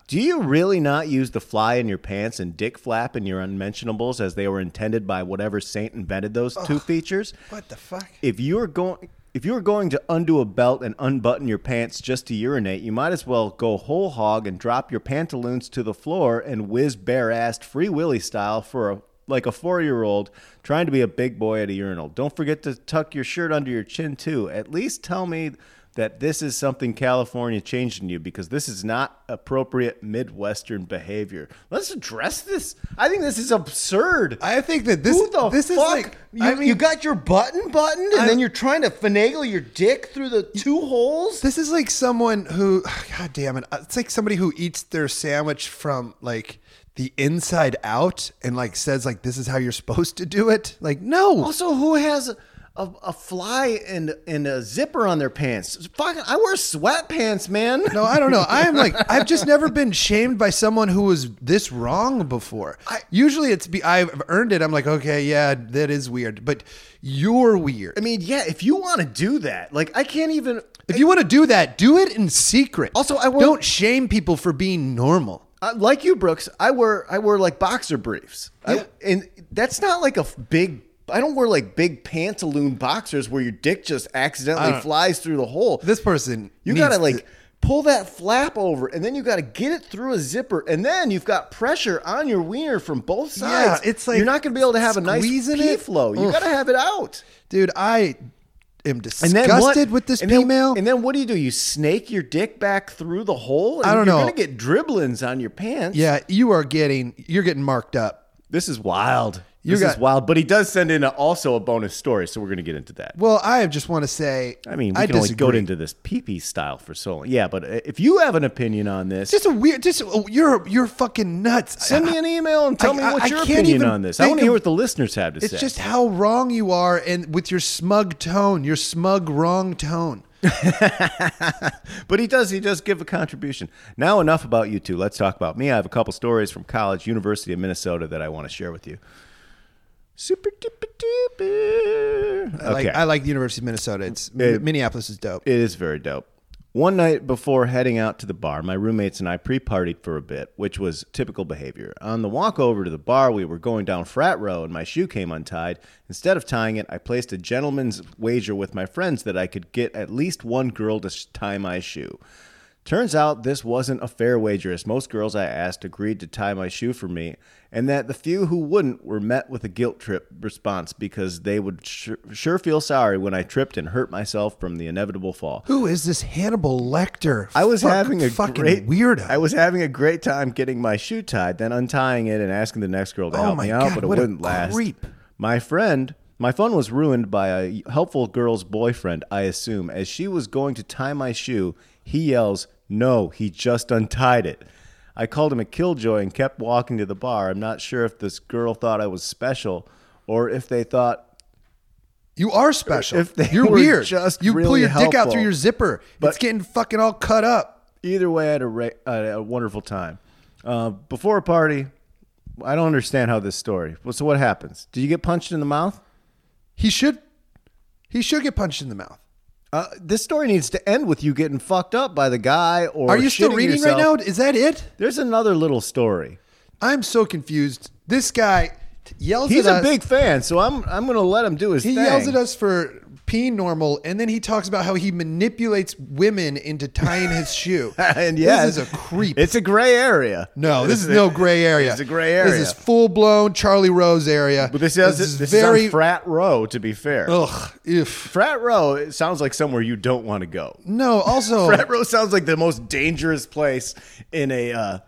Speaker 1: Do you really not use the fly in your pants and dick flap in your unmentionables as they were intended by whatever saint invented those two features?
Speaker 2: What the fuck?
Speaker 1: if you're going if you're going to undo a belt and unbutton your pants just to urinate, you might as well go whole hog and drop your pantaloons to the floor and whiz bare-assed free willy style for a like a four-year-old trying to be a big boy at a urinal. Don't forget to tuck your shirt under your chin too. At least tell me
Speaker 5: that this is something California changed in you because this is not appropriate Midwestern behavior. Let's address this. I think this is absurd.
Speaker 2: I think that this
Speaker 5: Who the
Speaker 2: this
Speaker 5: fuck?
Speaker 2: is like
Speaker 1: You,
Speaker 2: I mean,
Speaker 1: you got your button buttoned, and
Speaker 2: I-
Speaker 1: then you're trying to finagle your dick through the two holes.
Speaker 2: this is like someone who god damn it it's like somebody who eats their sandwich from like the inside out and like says like this is how you're supposed to do it like no
Speaker 5: Also, who has a, a fly and and a zipper on their pants? Fucking, I wear sweatpants, man.
Speaker 2: no i don't know i am like i've just never been shamed by someone who was this wrong before usually it's be i've earned it i'm like okay yeah that is weird but you're weird
Speaker 5: [laughs] I mean, yeah, if you want to do that, like I can't even.
Speaker 2: if you want to do that do it in secret
Speaker 5: Also, I won't-
Speaker 2: don't shame people for being normal
Speaker 5: I, like you, Brooks, I wear I wear like boxer briefs, I- and that's not like a f- big. I don't wear like big pantaloon boxers where your dick just accidentally flies through the hole.
Speaker 2: Uh, this person
Speaker 5: you
Speaker 2: needs
Speaker 5: gotta
Speaker 2: to-
Speaker 5: like pull that flap over, and then you gotta get it through a zipper, and then you've got pressure on your wiener from both
Speaker 2: Yeah,
Speaker 5: sides.
Speaker 2: it's like
Speaker 5: you're not gonna be able to have a nice
Speaker 2: squeezing
Speaker 5: pee
Speaker 2: it.
Speaker 5: flow. You
Speaker 2: Oof.
Speaker 5: gotta have it out.
Speaker 2: dude, I am
Speaker 5: And
Speaker 2: disgusted
Speaker 5: then what,
Speaker 2: with this
Speaker 5: and then-
Speaker 2: female.
Speaker 5: and then what do you do? You snake your dick back through the hole. And
Speaker 2: I don't
Speaker 5: you're
Speaker 2: know.
Speaker 5: Gonna get dribblings on your pants.
Speaker 2: yeah, you are getting you're getting marked up.
Speaker 5: This is wild.
Speaker 2: You
Speaker 5: this
Speaker 2: got-
Speaker 5: is wild. But he does send in a, also a bonus story, so we're going to get into that.
Speaker 2: Well, I just want to say,
Speaker 5: I mean, we
Speaker 2: I
Speaker 5: can only go
Speaker 2: disagree.
Speaker 5: into this pee-pee style for so long. Yeah, but uh, if you have an opinion on this,
Speaker 2: just a weird, just oh, you're you're fucking nuts.
Speaker 5: send me an email and tell
Speaker 2: I-
Speaker 5: me
Speaker 2: I-
Speaker 5: what
Speaker 2: I
Speaker 5: your
Speaker 2: can't
Speaker 5: opinion
Speaker 2: even
Speaker 5: on this. I want
Speaker 2: think
Speaker 5: to hear
Speaker 2: of-
Speaker 5: what the listeners have to
Speaker 2: It's
Speaker 5: say.
Speaker 2: just how wrong you are, and with your smug tone, your smug wrong tone.
Speaker 5: but he does. He does give a contribution. Now, enough about you two. Let's talk about me. I have a couple stories from college, University of Minnesota, that I want to share with you. Super duper duper. Okay.
Speaker 2: I Like I like the University of Minnesota. It's Minneapolis is dope.
Speaker 5: It is very dope. One night before heading out to the bar, my roommates and I pre partied for a bit, which was typical behavior. On the walk over to the bar, we were going down frat row and my shoe came untied. Instead of tying it, I placed a gentleman's wager with my friends that I could get at least one girl to sh- tie my shoe. Turns out this wasn't a fair wager, as most girls I asked agreed to tie my shoe for me, and that the few who wouldn't were met with a guilt trip response because they would sure, sure feel sorry when I tripped and hurt myself from the inevitable fall.
Speaker 2: Who is this Hannibal Lecter?
Speaker 5: I was
Speaker 2: Fuck-
Speaker 5: having a
Speaker 2: fucking
Speaker 5: great
Speaker 2: weirdo.
Speaker 5: I was having a great time getting my shoe tied, then untying it and asking the next girl to
Speaker 2: Oh
Speaker 5: help
Speaker 2: my
Speaker 5: me out,
Speaker 2: God,
Speaker 5: but it
Speaker 2: what a
Speaker 5: wouldn't last.
Speaker 2: creep.
Speaker 5: My friend, my fun was ruined by a helpful girl's boyfriend, I assume, as she was going to tie my shoe. He yells, "No, he just untied it." I called him a killjoy and kept walking to the bar. I'm not sure if this girl thought I was special or if they thought
Speaker 2: You are special.
Speaker 5: If they [laughs]
Speaker 2: You're
Speaker 5: were
Speaker 2: weird.
Speaker 5: just
Speaker 2: you pull
Speaker 5: really
Speaker 2: your dick out
Speaker 5: helpful.
Speaker 2: through your zipper. it's getting fucking all cut up.
Speaker 5: either way, I had a, ra- uh, a wonderful time. Uh, before a party, I don't understand how this story. Well, so what happens? Did you get punched in the mouth?
Speaker 2: He should he should get punched in the mouth.
Speaker 5: Uh, this story needs to end with you getting fucked up by the guy or
Speaker 2: Are you still
Speaker 5: Oh, shitting
Speaker 2: reading
Speaker 5: yourself.
Speaker 2: right now? Is that it?
Speaker 5: There's another little story.
Speaker 2: I'm so confused. This guy t- yells
Speaker 5: He's
Speaker 2: at
Speaker 5: a
Speaker 2: us.
Speaker 5: big fan, so I'm I'm gonna let him do his
Speaker 2: he
Speaker 5: thing.
Speaker 2: yells at us for peeing normal and then he talks about how he manipulates women into tying
Speaker 5: [laughs]
Speaker 2: his shoe.
Speaker 5: [laughs] and yeah,
Speaker 2: this is a creep.
Speaker 5: It's a gray area. [laughs]
Speaker 2: no, this is no gray area.
Speaker 5: It's a gray area.
Speaker 2: This is full blown Charlie Rose area.
Speaker 5: but this is, this is on
Speaker 2: very
Speaker 5: frat row. To be fair,
Speaker 2: ugh. If
Speaker 5: frat row it sounds like somewhere you don't want to go.
Speaker 2: no,
Speaker 5: [laughs]
Speaker 2: also
Speaker 5: Frat row sounds like the most dangerous place in a uh,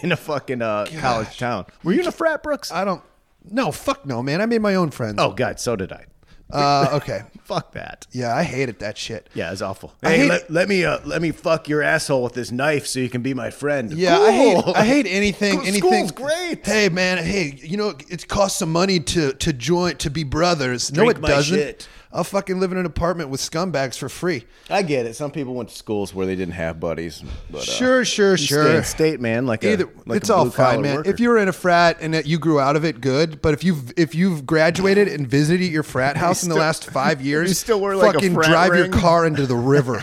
Speaker 5: [laughs] in a fucking uh, college town. Were you in a frat, Brooks?
Speaker 2: I don't. No, fuck no, man. I made my own friends.
Speaker 5: oh god, so did I.
Speaker 2: Uh, okay.
Speaker 5: Fuck that.
Speaker 2: Yeah, I hated that shit.
Speaker 5: Yeah, it's awful.
Speaker 2: I
Speaker 5: Hey,
Speaker 2: hate-
Speaker 5: let, let me uh, let me fuck your asshole with this knife so you can be my friend.
Speaker 2: Yeah, I hate I hate anything.
Speaker 5: Cool.
Speaker 2: anything.
Speaker 5: School's great.
Speaker 2: Hey man, hey, you know it costs some money to to join to be brothers. no,
Speaker 5: Drink
Speaker 2: it
Speaker 5: my
Speaker 2: doesn't.
Speaker 5: shit.
Speaker 2: I'll fucking live in an apartment with scumbags for free.
Speaker 5: I get it. Some people went to schools where they didn't have buddies. But, uh,
Speaker 2: sure, sure,
Speaker 5: you
Speaker 2: sure.
Speaker 5: Stay in state, man. Like
Speaker 2: Either
Speaker 5: a, like
Speaker 2: it's
Speaker 5: a
Speaker 2: all
Speaker 5: blue-collar
Speaker 2: fine, man.
Speaker 5: worker.
Speaker 2: If you were in a frat and that you grew out of it, good. But if you've if you've graduated and visited your
Speaker 5: [laughs]
Speaker 2: frat house in the
Speaker 5: still-
Speaker 2: last five years,
Speaker 5: [laughs] you still wear, like, a
Speaker 2: fucking
Speaker 5: frat
Speaker 2: drive
Speaker 5: ring?
Speaker 2: your car into the
Speaker 5: [laughs]
Speaker 2: river.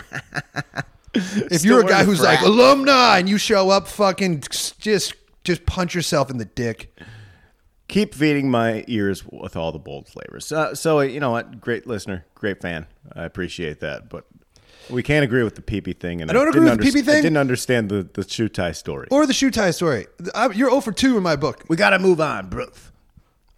Speaker 2: if
Speaker 5: Still
Speaker 2: you're a
Speaker 5: wear
Speaker 2: guy
Speaker 5: a
Speaker 2: who's
Speaker 5: frat.
Speaker 2: like alumni and you show up, fucking just just punch yourself in the dick.
Speaker 5: keep feeding my ears with all the bold flavors. Uh, so uh, you know what? Great listener, great fan. I appreciate that, but we can't agree with the PP thing. And I
Speaker 2: don't agree
Speaker 5: didn't
Speaker 2: with the
Speaker 5: underst-
Speaker 2: PP thing?
Speaker 5: I didn't understand the the shoe tie story.
Speaker 2: Or the shoe tie story. I, you're 0 for 2 in my book.
Speaker 5: we got to move on, Brooks.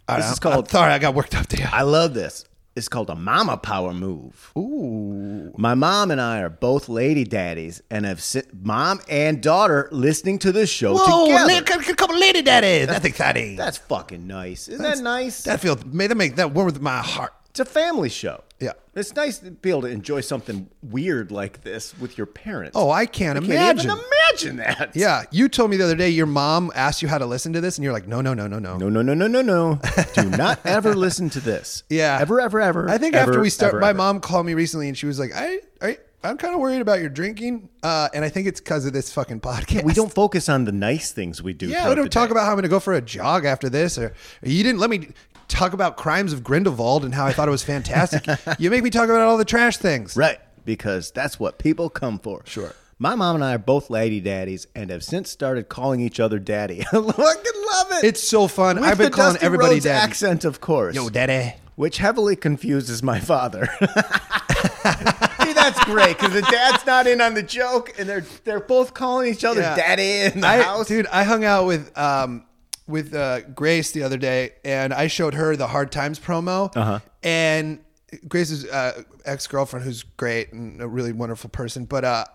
Speaker 2: All
Speaker 5: This is called-
Speaker 2: sorry, I got worked up there.
Speaker 5: I love this. is called a mama power move. Ooh. My mom and I are both lady daddies and have si- mom and daughter listening to this show together.
Speaker 2: a couple lady daddies. That's exciting.
Speaker 5: That's fucking nice. Isn't
Speaker 2: That's-
Speaker 5: that nice?
Speaker 2: That feels made that make that warm with my heart.
Speaker 5: it's a family show.
Speaker 2: Yeah.
Speaker 5: It's nice to be able to enjoy something weird like this with your parents.
Speaker 2: Oh, I can't
Speaker 5: I can't
Speaker 2: imagine.
Speaker 5: even imagine that.
Speaker 2: yeah, you told me the other day your mom asked you how to listen to this, and you're like, no, no, no, no, no.
Speaker 5: No, no, no, no, no, no.
Speaker 2: [laughs]
Speaker 5: Do not ever listen to this.
Speaker 2: Yeah.
Speaker 5: Ever, ever, ever.
Speaker 2: I think after
Speaker 5: ever,
Speaker 2: we start,
Speaker 5: ever,
Speaker 2: my
Speaker 5: ever.
Speaker 2: mom called me recently, and she was like, I, I I'm kind of worried about your drinking, uh, and I think it's because of this fucking podcast.
Speaker 5: We don't focus on the nice things we do.
Speaker 2: Yeah,
Speaker 5: throughout
Speaker 2: we don't
Speaker 5: the
Speaker 2: talk
Speaker 5: day.
Speaker 2: about how I'm going to go for a jog after this, or you didn't let me talk about Crimes of Grindelwald and how I thought it was
Speaker 5: [laughs]
Speaker 2: fantastic. you make me talk about all the trash things.
Speaker 5: Right. Because that's what people come for.
Speaker 2: Sure.
Speaker 5: My mom and I are both lady daddies and have since started calling each other daddy. [laughs] I fucking love it.
Speaker 2: It's so fun.
Speaker 5: With
Speaker 2: I've been
Speaker 5: the
Speaker 2: calling
Speaker 5: Dusty
Speaker 2: everybody
Speaker 5: Rhodes
Speaker 2: daddy.
Speaker 5: accent, of course.
Speaker 2: Yo, daddy.
Speaker 5: which heavily confuses my father. [laughs] See, that's great because the dad's not in on the joke, and they're they're both calling each other
Speaker 2: Yeah.
Speaker 5: daddy in the
Speaker 2: I,
Speaker 5: house.
Speaker 2: Dude, I hung out with um with uh, Grace the other day, and I showed her the Hard Times promo, uh-huh. and Grace's uh, ex girlfriend, who's great and a really wonderful person, but uh,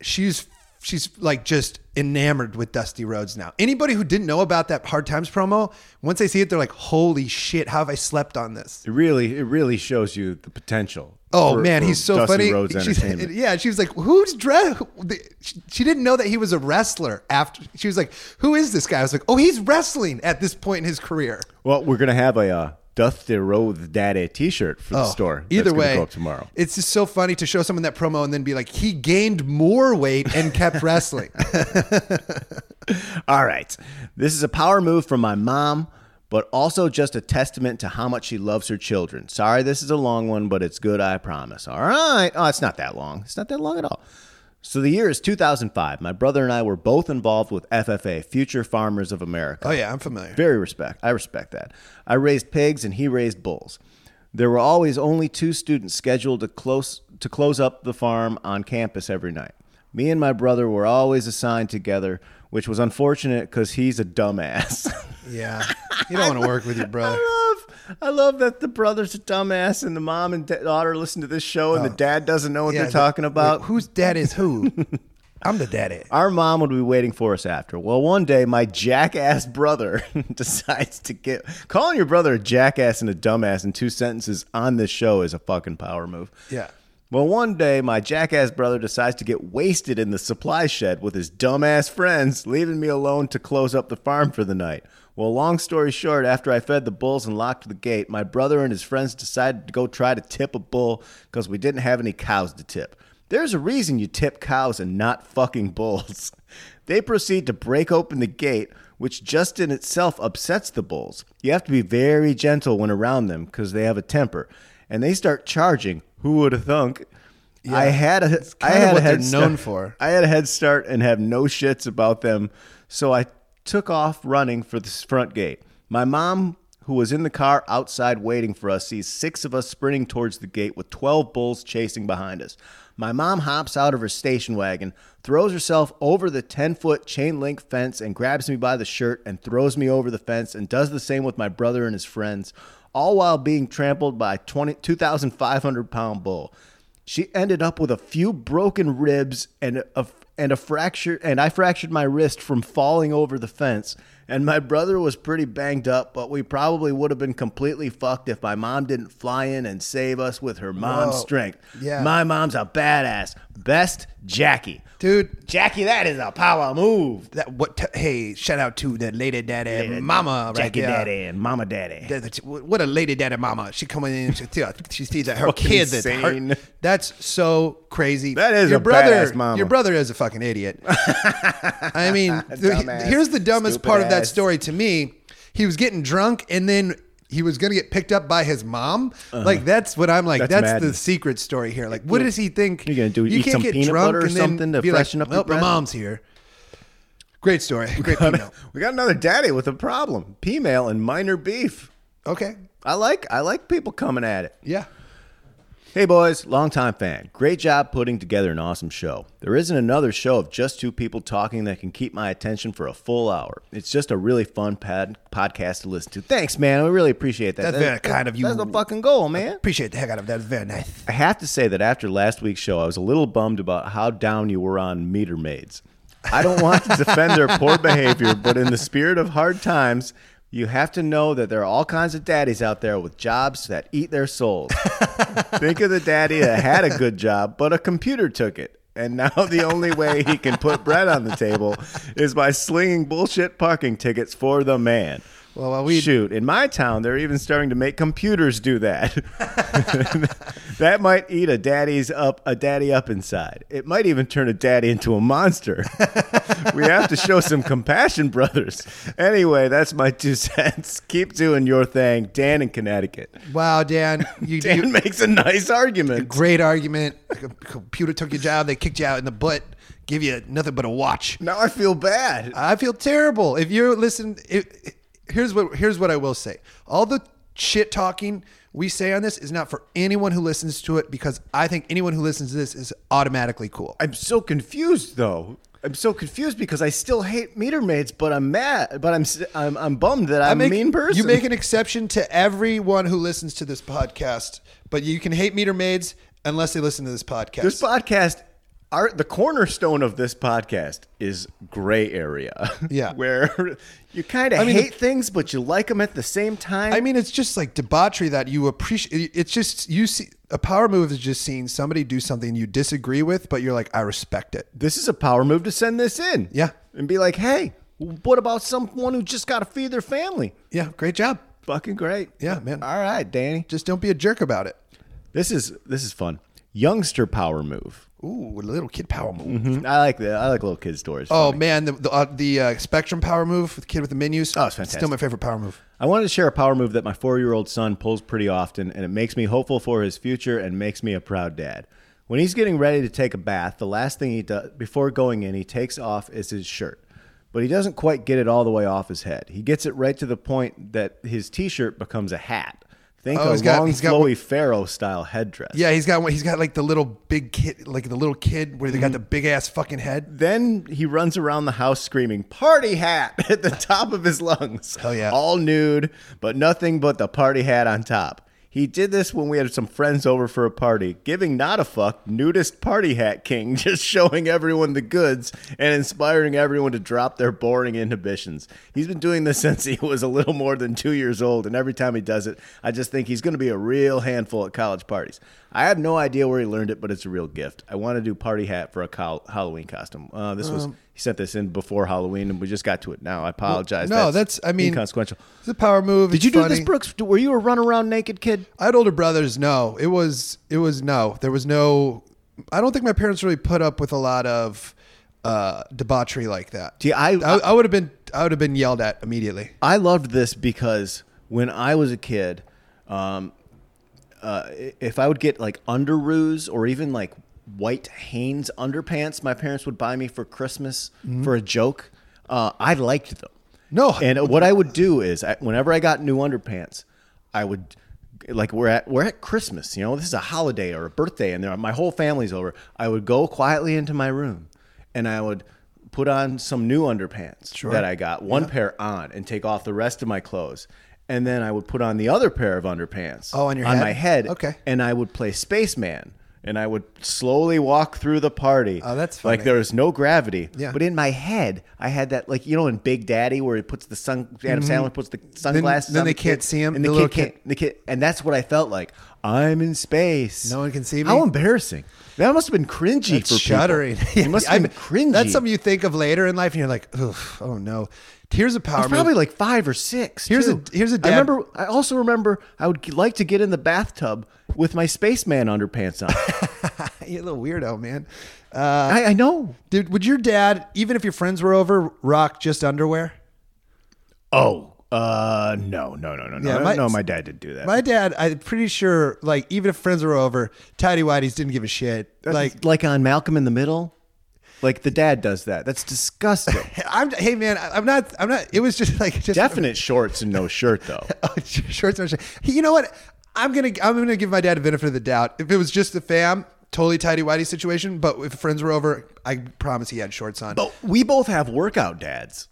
Speaker 2: she's she's like just enamored with Dusty Rhodes now. Anybody who didn't know about that Hard Times promo, once they see it, they're like, "Holy shit! How have I slept on this?"
Speaker 5: It really, it really shows you the potential.
Speaker 2: Oh
Speaker 5: for-
Speaker 2: man,
Speaker 5: for
Speaker 2: he's so
Speaker 5: Dusty
Speaker 2: funny. [laughs]
Speaker 5: Rhodes
Speaker 2: She's-
Speaker 5: Entertainment.
Speaker 2: yeah, she was like, "Who's dress?" She she didn't know that he was a wrestler. After she was like, "Who is this guy?" I was like, "Oh, he's wrestling at this point in his career."
Speaker 5: Well, we're gonna have a uh, Dusty Rhodes daddy T-shirt for the
Speaker 2: Oh,
Speaker 5: store. that's
Speaker 2: Either
Speaker 5: gonna
Speaker 2: way,
Speaker 5: go up tomorrow.
Speaker 2: It's just so funny to show someone that promo and then be like, "He gained more weight and
Speaker 5: [laughs]
Speaker 2: kept wrestling."
Speaker 5: All right, this is a power move from my mom. But also just a testament to how much she loves her children. Sorry, this is a long one, but it's good, I promise. All right. Oh, it's not that long. It's not that long at all. So the year is 2005. My brother and I were both involved with FFA, Future Farmers of America.
Speaker 2: oh yeah, I'm familiar.
Speaker 5: Very respect. I respect that. I raised pigs and he raised bulls. There were always only two students scheduled to close to close up the farm on campus every night. Me and my brother were always assigned together, which was unfortunate because he's a dumbass. [laughs]
Speaker 2: Yeah, you don't want to work with your brother.
Speaker 5: I love, I love that the brother's a dumbass and the mom and da- daughter listen to this show and the dad doesn't know what
Speaker 2: Oh. Yeah,
Speaker 5: they're talking
Speaker 2: the-
Speaker 5: about. [laughs]
Speaker 2: wait, whose dad is who? I'm the daddy.
Speaker 5: Our mom would be waiting for us after. Well, one day my jackass brother decides to get calling your brother a jackass and a dumbass in two sentences on this show is a fucking power move.
Speaker 2: Yeah.
Speaker 5: Well, one day my jackass brother decides to get wasted in the supply shed with his dumbass friends, leaving me alone to close up the farm for the night. Well, long story short, after I fed the bulls and locked the gate, my brother and his friends decided to go try to tip a bull because we didn't have any cows to tip. There's a reason you tip cows and not fucking bulls. [laughs] They proceed to break open the gate, which just in itself upsets the bulls. You have to be very gentle when around them because they have a temper. And they start charging. Who would have thunk? I had a, I
Speaker 2: kinda
Speaker 5: had a
Speaker 2: what they're
Speaker 5: head start.
Speaker 2: known for.
Speaker 5: I had a head start and have no shits about them, so I took off running for this front gate. My mom, who was in the car outside waiting for us, sees six of us sprinting towards the gate with 12 bulls chasing behind us. My mom hops out of her station wagon, throws herself over the 10 foot chain link fence, and grabs me by the shirt and throws me over the fence and does the same with my brother and his friends, all while being trampled by a 20 2,500 pound bull. She ended up with a few broken ribs and a and a fracture and I fractured my wrist from falling over the fence and my brother was pretty banged up but we probably would have been completely fucked if my mom didn't fly in and save us with her mom's
Speaker 2: Whoa.
Speaker 5: strength.
Speaker 2: Yeah.
Speaker 5: My mom's a badass. Best Jackie.
Speaker 2: Dude,
Speaker 5: Jackie, that is a power move.
Speaker 2: that what? T- hey, shout out to that lady daddy, mama, right
Speaker 5: Jackie
Speaker 2: there.
Speaker 5: daddy and mama daddy.
Speaker 2: That- that's- What a lady daddy mama. She coming in. She, she sees
Speaker 5: [laughs]
Speaker 2: that her
Speaker 5: Fucking
Speaker 2: kid. That
Speaker 5: insane.
Speaker 2: her, that's so crazy.
Speaker 5: That is
Speaker 2: your
Speaker 5: a
Speaker 2: brother.
Speaker 5: badass mama.
Speaker 2: Your brother is a fucking
Speaker 5: [laughs]
Speaker 2: idiot. I mean, the-
Speaker 5: Dumbass.
Speaker 2: here's the dumbest
Speaker 5: Stupid
Speaker 2: part of that
Speaker 5: ass.
Speaker 2: story to me. He was getting drunk and then. He was gonna get picked up by his mom. Like that's what I'm like.
Speaker 5: Uh-huh. That's
Speaker 2: That's,
Speaker 5: maddening.
Speaker 2: the secret story here. Like, what does he think?
Speaker 5: You're gonna do- eat some peanut butter or something to
Speaker 2: be like,
Speaker 5: freshen up your
Speaker 2: "Well, my
Speaker 5: breath?"
Speaker 2: mom's here. Great story.
Speaker 5: [laughs]
Speaker 2: Great peanut.
Speaker 5: we got another daddy with a problem. P-mail and minor beef.
Speaker 2: Okay.
Speaker 5: [laughs] I like I like people coming at it.
Speaker 2: Yeah.
Speaker 5: Hey boys, longtime fan. Great job putting together an awesome show. There isn't another show of just two people talking that can keep my attention for a full hour. It's just a really fun pad- podcast to listen to. Thanks, man. We really appreciate that.
Speaker 2: That's very kind of you.
Speaker 5: That's the fucking goal, man.
Speaker 2: Appreciate the heck out of that. It's very nice.
Speaker 5: I have to say that after last week's show, I was a little bummed about how down you were on meter maids. I don't want to defend their poor behavior, but in the spirit of hard times, you have to know that there are all kinds of daddies out there with jobs that eat their souls. Think of the daddy that had a good job, but a computer took it. And now the only way he can put bread on the table is by slinging bullshit parking tickets for the man.
Speaker 2: Well, while we-
Speaker 5: shoot in my town, they're even starting to make computers do that. that might eat a daddy's up a daddy up inside. It might even turn a daddy into a monster. [laughs] we have to show some compassion, brothers. Anyway, that's my two cents. Keep doing your thing, Dan in Connecticut.
Speaker 2: Wow,
Speaker 5: [laughs]
Speaker 2: Dan, you,
Speaker 5: Dan
Speaker 2: you
Speaker 5: makes a nice argument.
Speaker 2: great argument. Like a computer took your job. They kicked you out in the butt. Give you nothing but a watch.
Speaker 5: Now I feel bad.
Speaker 2: I feel terrible. If you're listening, if, here's what here's what I will say. All the shit talking we say on this is not for anyone who listens to it because I think anyone who listens to this is automatically cool.
Speaker 5: I'm so confused though. I'm so confused because I still hate meter maids, but I'm mad. But I'm s- I'm, I'm bummed that I'm
Speaker 2: I make-
Speaker 5: a mean person.
Speaker 2: You make an exception to everyone who listens to this podcast, but you can hate meter maids unless they listen to this podcast.
Speaker 5: this podcast. Our, the cornerstone of this podcast is gray area.
Speaker 2: [laughs] Yeah.
Speaker 5: where you kind of
Speaker 2: mean,
Speaker 5: hate things, but you like them at the same time.
Speaker 2: I mean, it's just like debauchery that you appreciate. It's just you see a power move is just seeing somebody do something you disagree with, but you're like, I respect it.
Speaker 5: this is a power move to send this in.
Speaker 2: Yeah.
Speaker 5: and be like, hey, what about someone who just got to feed their family?
Speaker 2: Yeah, great job.
Speaker 5: Fucking great.
Speaker 2: Yeah, man.
Speaker 5: All right, Danny.
Speaker 2: Just don't be a jerk about it.
Speaker 5: This is this is fun. Youngster power move.
Speaker 2: Ooh, a little kid power move.
Speaker 5: I like that. I like little kid stories.
Speaker 2: Oh man, the the, uh, the uh, Spectrum power move with the kid with the menus.
Speaker 5: Oh, it's fantastic.
Speaker 2: Still my favorite power move.
Speaker 5: I wanted to share a power move that my four year old son pulls pretty often, and it makes me hopeful for his future and makes me a proud dad. When he's getting ready to take a bath, the last thing he does before going in, he takes off is his shirt. But he doesn't quite get it all the way off his head. He gets it right to the point that his t shirt becomes a hat. Think
Speaker 2: Oh,
Speaker 5: a
Speaker 2: he's got-
Speaker 5: long,
Speaker 2: he's got
Speaker 5: flowy
Speaker 2: one-
Speaker 5: Pharaoh style headdress.
Speaker 2: Yeah, he's got one- he's got like the little big kid, like the little kid where they
Speaker 5: Mm-hmm.
Speaker 2: got the big ass fucking head.
Speaker 5: Then he runs around the house screaming "party hat" [laughs] at the top of his lungs.
Speaker 2: Hell yeah.
Speaker 5: All nude, but nothing but the party hat on top. He did this when we had some friends over for a party, giving not a fuck nudist party hat king, [laughs] just showing everyone the goods and inspiring everyone to drop their boring inhibitions. He's been doing this [laughs] since he was a little more than two years old, and every time he does it, I just think he's going to be a real handful at college parties. I have no idea where he learned it, but it's a real gift. I want to do party hat for a col- Halloween costume. Uh, this
Speaker 2: Um,
Speaker 5: was he sent this in before Halloween, and we just got to it now. I apologize.
Speaker 2: No, that's, I mean,
Speaker 5: inconsequential.
Speaker 2: It's a power move.
Speaker 5: Did
Speaker 2: it's
Speaker 5: you do this,
Speaker 2: funny.
Speaker 5: Brooks? Were you a run around naked kid?
Speaker 2: I had older brothers. No, it was it was no. There was no. I don't think my parents really put up with a lot of uh, debauchery like that.
Speaker 5: See, I-
Speaker 2: I, I would have been I would have been yelled at immediately.
Speaker 5: I loved this because when I was a kid, um, uh, i- if I would get like underoos or even like white Hanes underpants, my parents would buy me for Christmas for a joke. Uh, I liked them.
Speaker 2: No.
Speaker 5: and what I would do is I, whenever I got new underpants, I would like we're at we're at Christmas, you know, this is a holiday or a birthday, and there my whole family's over. I would go quietly into my room, and I would put on some new underpants that I got, one pair on, and take off the rest of my clothes. And then I would put on the other pair of underpants.
Speaker 2: Oh, on your
Speaker 5: on
Speaker 2: head?
Speaker 5: my head.
Speaker 2: Okay.
Speaker 5: And I would play spaceman, and I would slowly walk through the party.
Speaker 2: Oh, that's
Speaker 5: like
Speaker 2: funny.
Speaker 5: there was no gravity.
Speaker 2: Yeah.
Speaker 5: But in my head, I had that like you know in Big Daddy where he puts the sun Adam Sandler puts the sunglasses.
Speaker 2: Mm-hmm. then
Speaker 5: on
Speaker 2: they
Speaker 5: the
Speaker 2: can't
Speaker 5: kid,
Speaker 2: see him,
Speaker 5: and
Speaker 2: the
Speaker 5: the,
Speaker 2: little
Speaker 5: kid can't. The kid, and that's what I felt like. I'm in space.
Speaker 2: No one can see me?
Speaker 5: How embarrassing! That must have been cringy
Speaker 2: [laughs] That's
Speaker 5: for [laughs]
Speaker 2: shuddering.
Speaker 5: people. It
Speaker 2: [laughs]
Speaker 5: must have been cringy.
Speaker 2: That's something you think of later in life, and you're like, Oof, oh no. Here's a
Speaker 5: I
Speaker 2: power
Speaker 5: was probably
Speaker 2: move.
Speaker 5: like five or six.
Speaker 2: Here's a-
Speaker 5: too.
Speaker 2: here's a
Speaker 5: I
Speaker 2: dad- [laughs]
Speaker 5: remember. I also remember. I would g- like to get in the bathtub with my spaceman underpants
Speaker 2: [laughs]
Speaker 5: on.
Speaker 2: You're a little weirdo, man. Uh,
Speaker 5: I, I know.
Speaker 2: Dude, would your dad, even if your friends were over, rock just underwear?
Speaker 5: Oh, uh, no, no, no, no, no,
Speaker 2: Yeah, my-
Speaker 5: no. My dad didn't do that.
Speaker 2: My dad, I'm pretty sure, like, even if friends were over, tidy whities didn't give a shit. Like,
Speaker 5: like, like on Malcolm in the Middle, like the dad does that. That's disgusting.
Speaker 2: I'm, hey man, I- I'm not, [laughs] I'm not. It was just oh, like just
Speaker 5: Definite shorts and no shirt though.
Speaker 2: shorts and a shirt. He- You know what? I'm gonna I'm gonna give my dad a benefit of the doubt. If it was just the fam, totally tidy whitey situation. But if friends were over, I promise he had shorts on.
Speaker 5: But [laughs] we both have workout dads.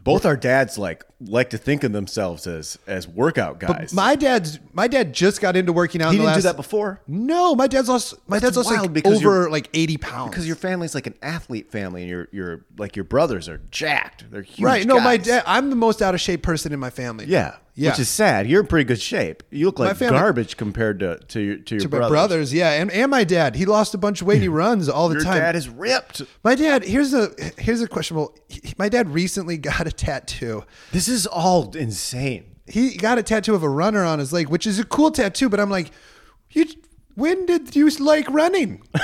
Speaker 5: Both our dads like like to think of themselves as as workout guys.
Speaker 2: my dad's my dad just got into working out.
Speaker 5: he
Speaker 2: in the
Speaker 5: didn't do
Speaker 2: last,
Speaker 5: that before
Speaker 2: No, my dad's lost. My dad's lost
Speaker 5: wild
Speaker 2: like
Speaker 5: because
Speaker 2: over
Speaker 5: you're-
Speaker 2: like eighty pounds.
Speaker 5: because your family's like an athlete family, and your your like your brothers are jacked. They're huge.
Speaker 2: right. No, my
Speaker 5: guys.
Speaker 2: dad. I'm the most out of shape person in my family.
Speaker 5: Yeah,
Speaker 2: Yeah.
Speaker 5: which is sad. You're in pretty good shape. You look like
Speaker 2: family-
Speaker 5: garbage compared to to your to your
Speaker 2: to my
Speaker 5: brothers.
Speaker 2: brothers. Yeah, and, and my dad. He lost a bunch of weight.
Speaker 5: [laughs]
Speaker 2: and He runs all the
Speaker 5: Your
Speaker 2: time.
Speaker 5: dad is ripped.
Speaker 2: my dad. Here's a here's a questionable. he- my dad recently [laughs] got a tattoo.
Speaker 5: This is all insane.
Speaker 2: he got a tattoo of a runner on his leg, which is a cool tattoo. But I'm like, you, when did you like running? [laughs]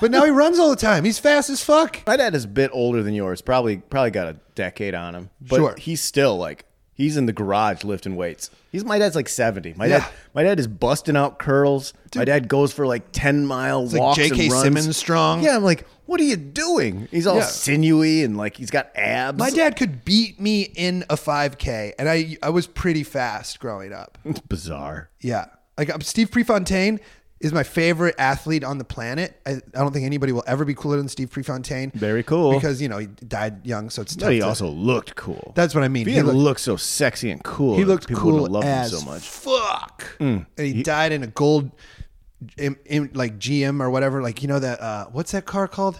Speaker 2: but now he runs all the time. He's fast as fuck.
Speaker 5: My dad is a bit older than yours. Probably probably got a decade on him. But
Speaker 2: Sure.
Speaker 5: he's still like he's in the garage lifting weights. He's my dad's like seventy. My
Speaker 2: Yeah.
Speaker 5: dad my dad is busting out curls. My dad goes for like ten mile
Speaker 2: like
Speaker 5: walks.
Speaker 2: J.K.
Speaker 5: and runs.
Speaker 2: Simmons strong.
Speaker 5: Yeah, I'm like, what are you doing? He's all
Speaker 2: Yeah.
Speaker 5: sinewy and like he's got abs.
Speaker 2: My dad could beat me in a 5K, and I I was pretty fast growing
Speaker 5: [laughs]
Speaker 2: up.
Speaker 5: It's bizarre.
Speaker 2: Yeah, like um, Steve Prefontaine is my favorite athlete on the planet. I, I don't think anybody will ever be cooler than Steve Prefontaine.
Speaker 5: Very cool.
Speaker 2: because you know he died young, so it's tough.
Speaker 5: But he
Speaker 2: to-
Speaker 5: also looked cool.
Speaker 2: That's what I mean.
Speaker 5: If he,
Speaker 2: He
Speaker 5: didn't
Speaker 2: looked-
Speaker 5: look so sexy and cool.
Speaker 2: He looked
Speaker 5: people
Speaker 2: cool
Speaker 5: would have loved
Speaker 2: as
Speaker 5: him so much. Mm.
Speaker 2: Fuck. And he, died in a gold, in, in, like GM or whatever. Like you know that uh, what's that car called?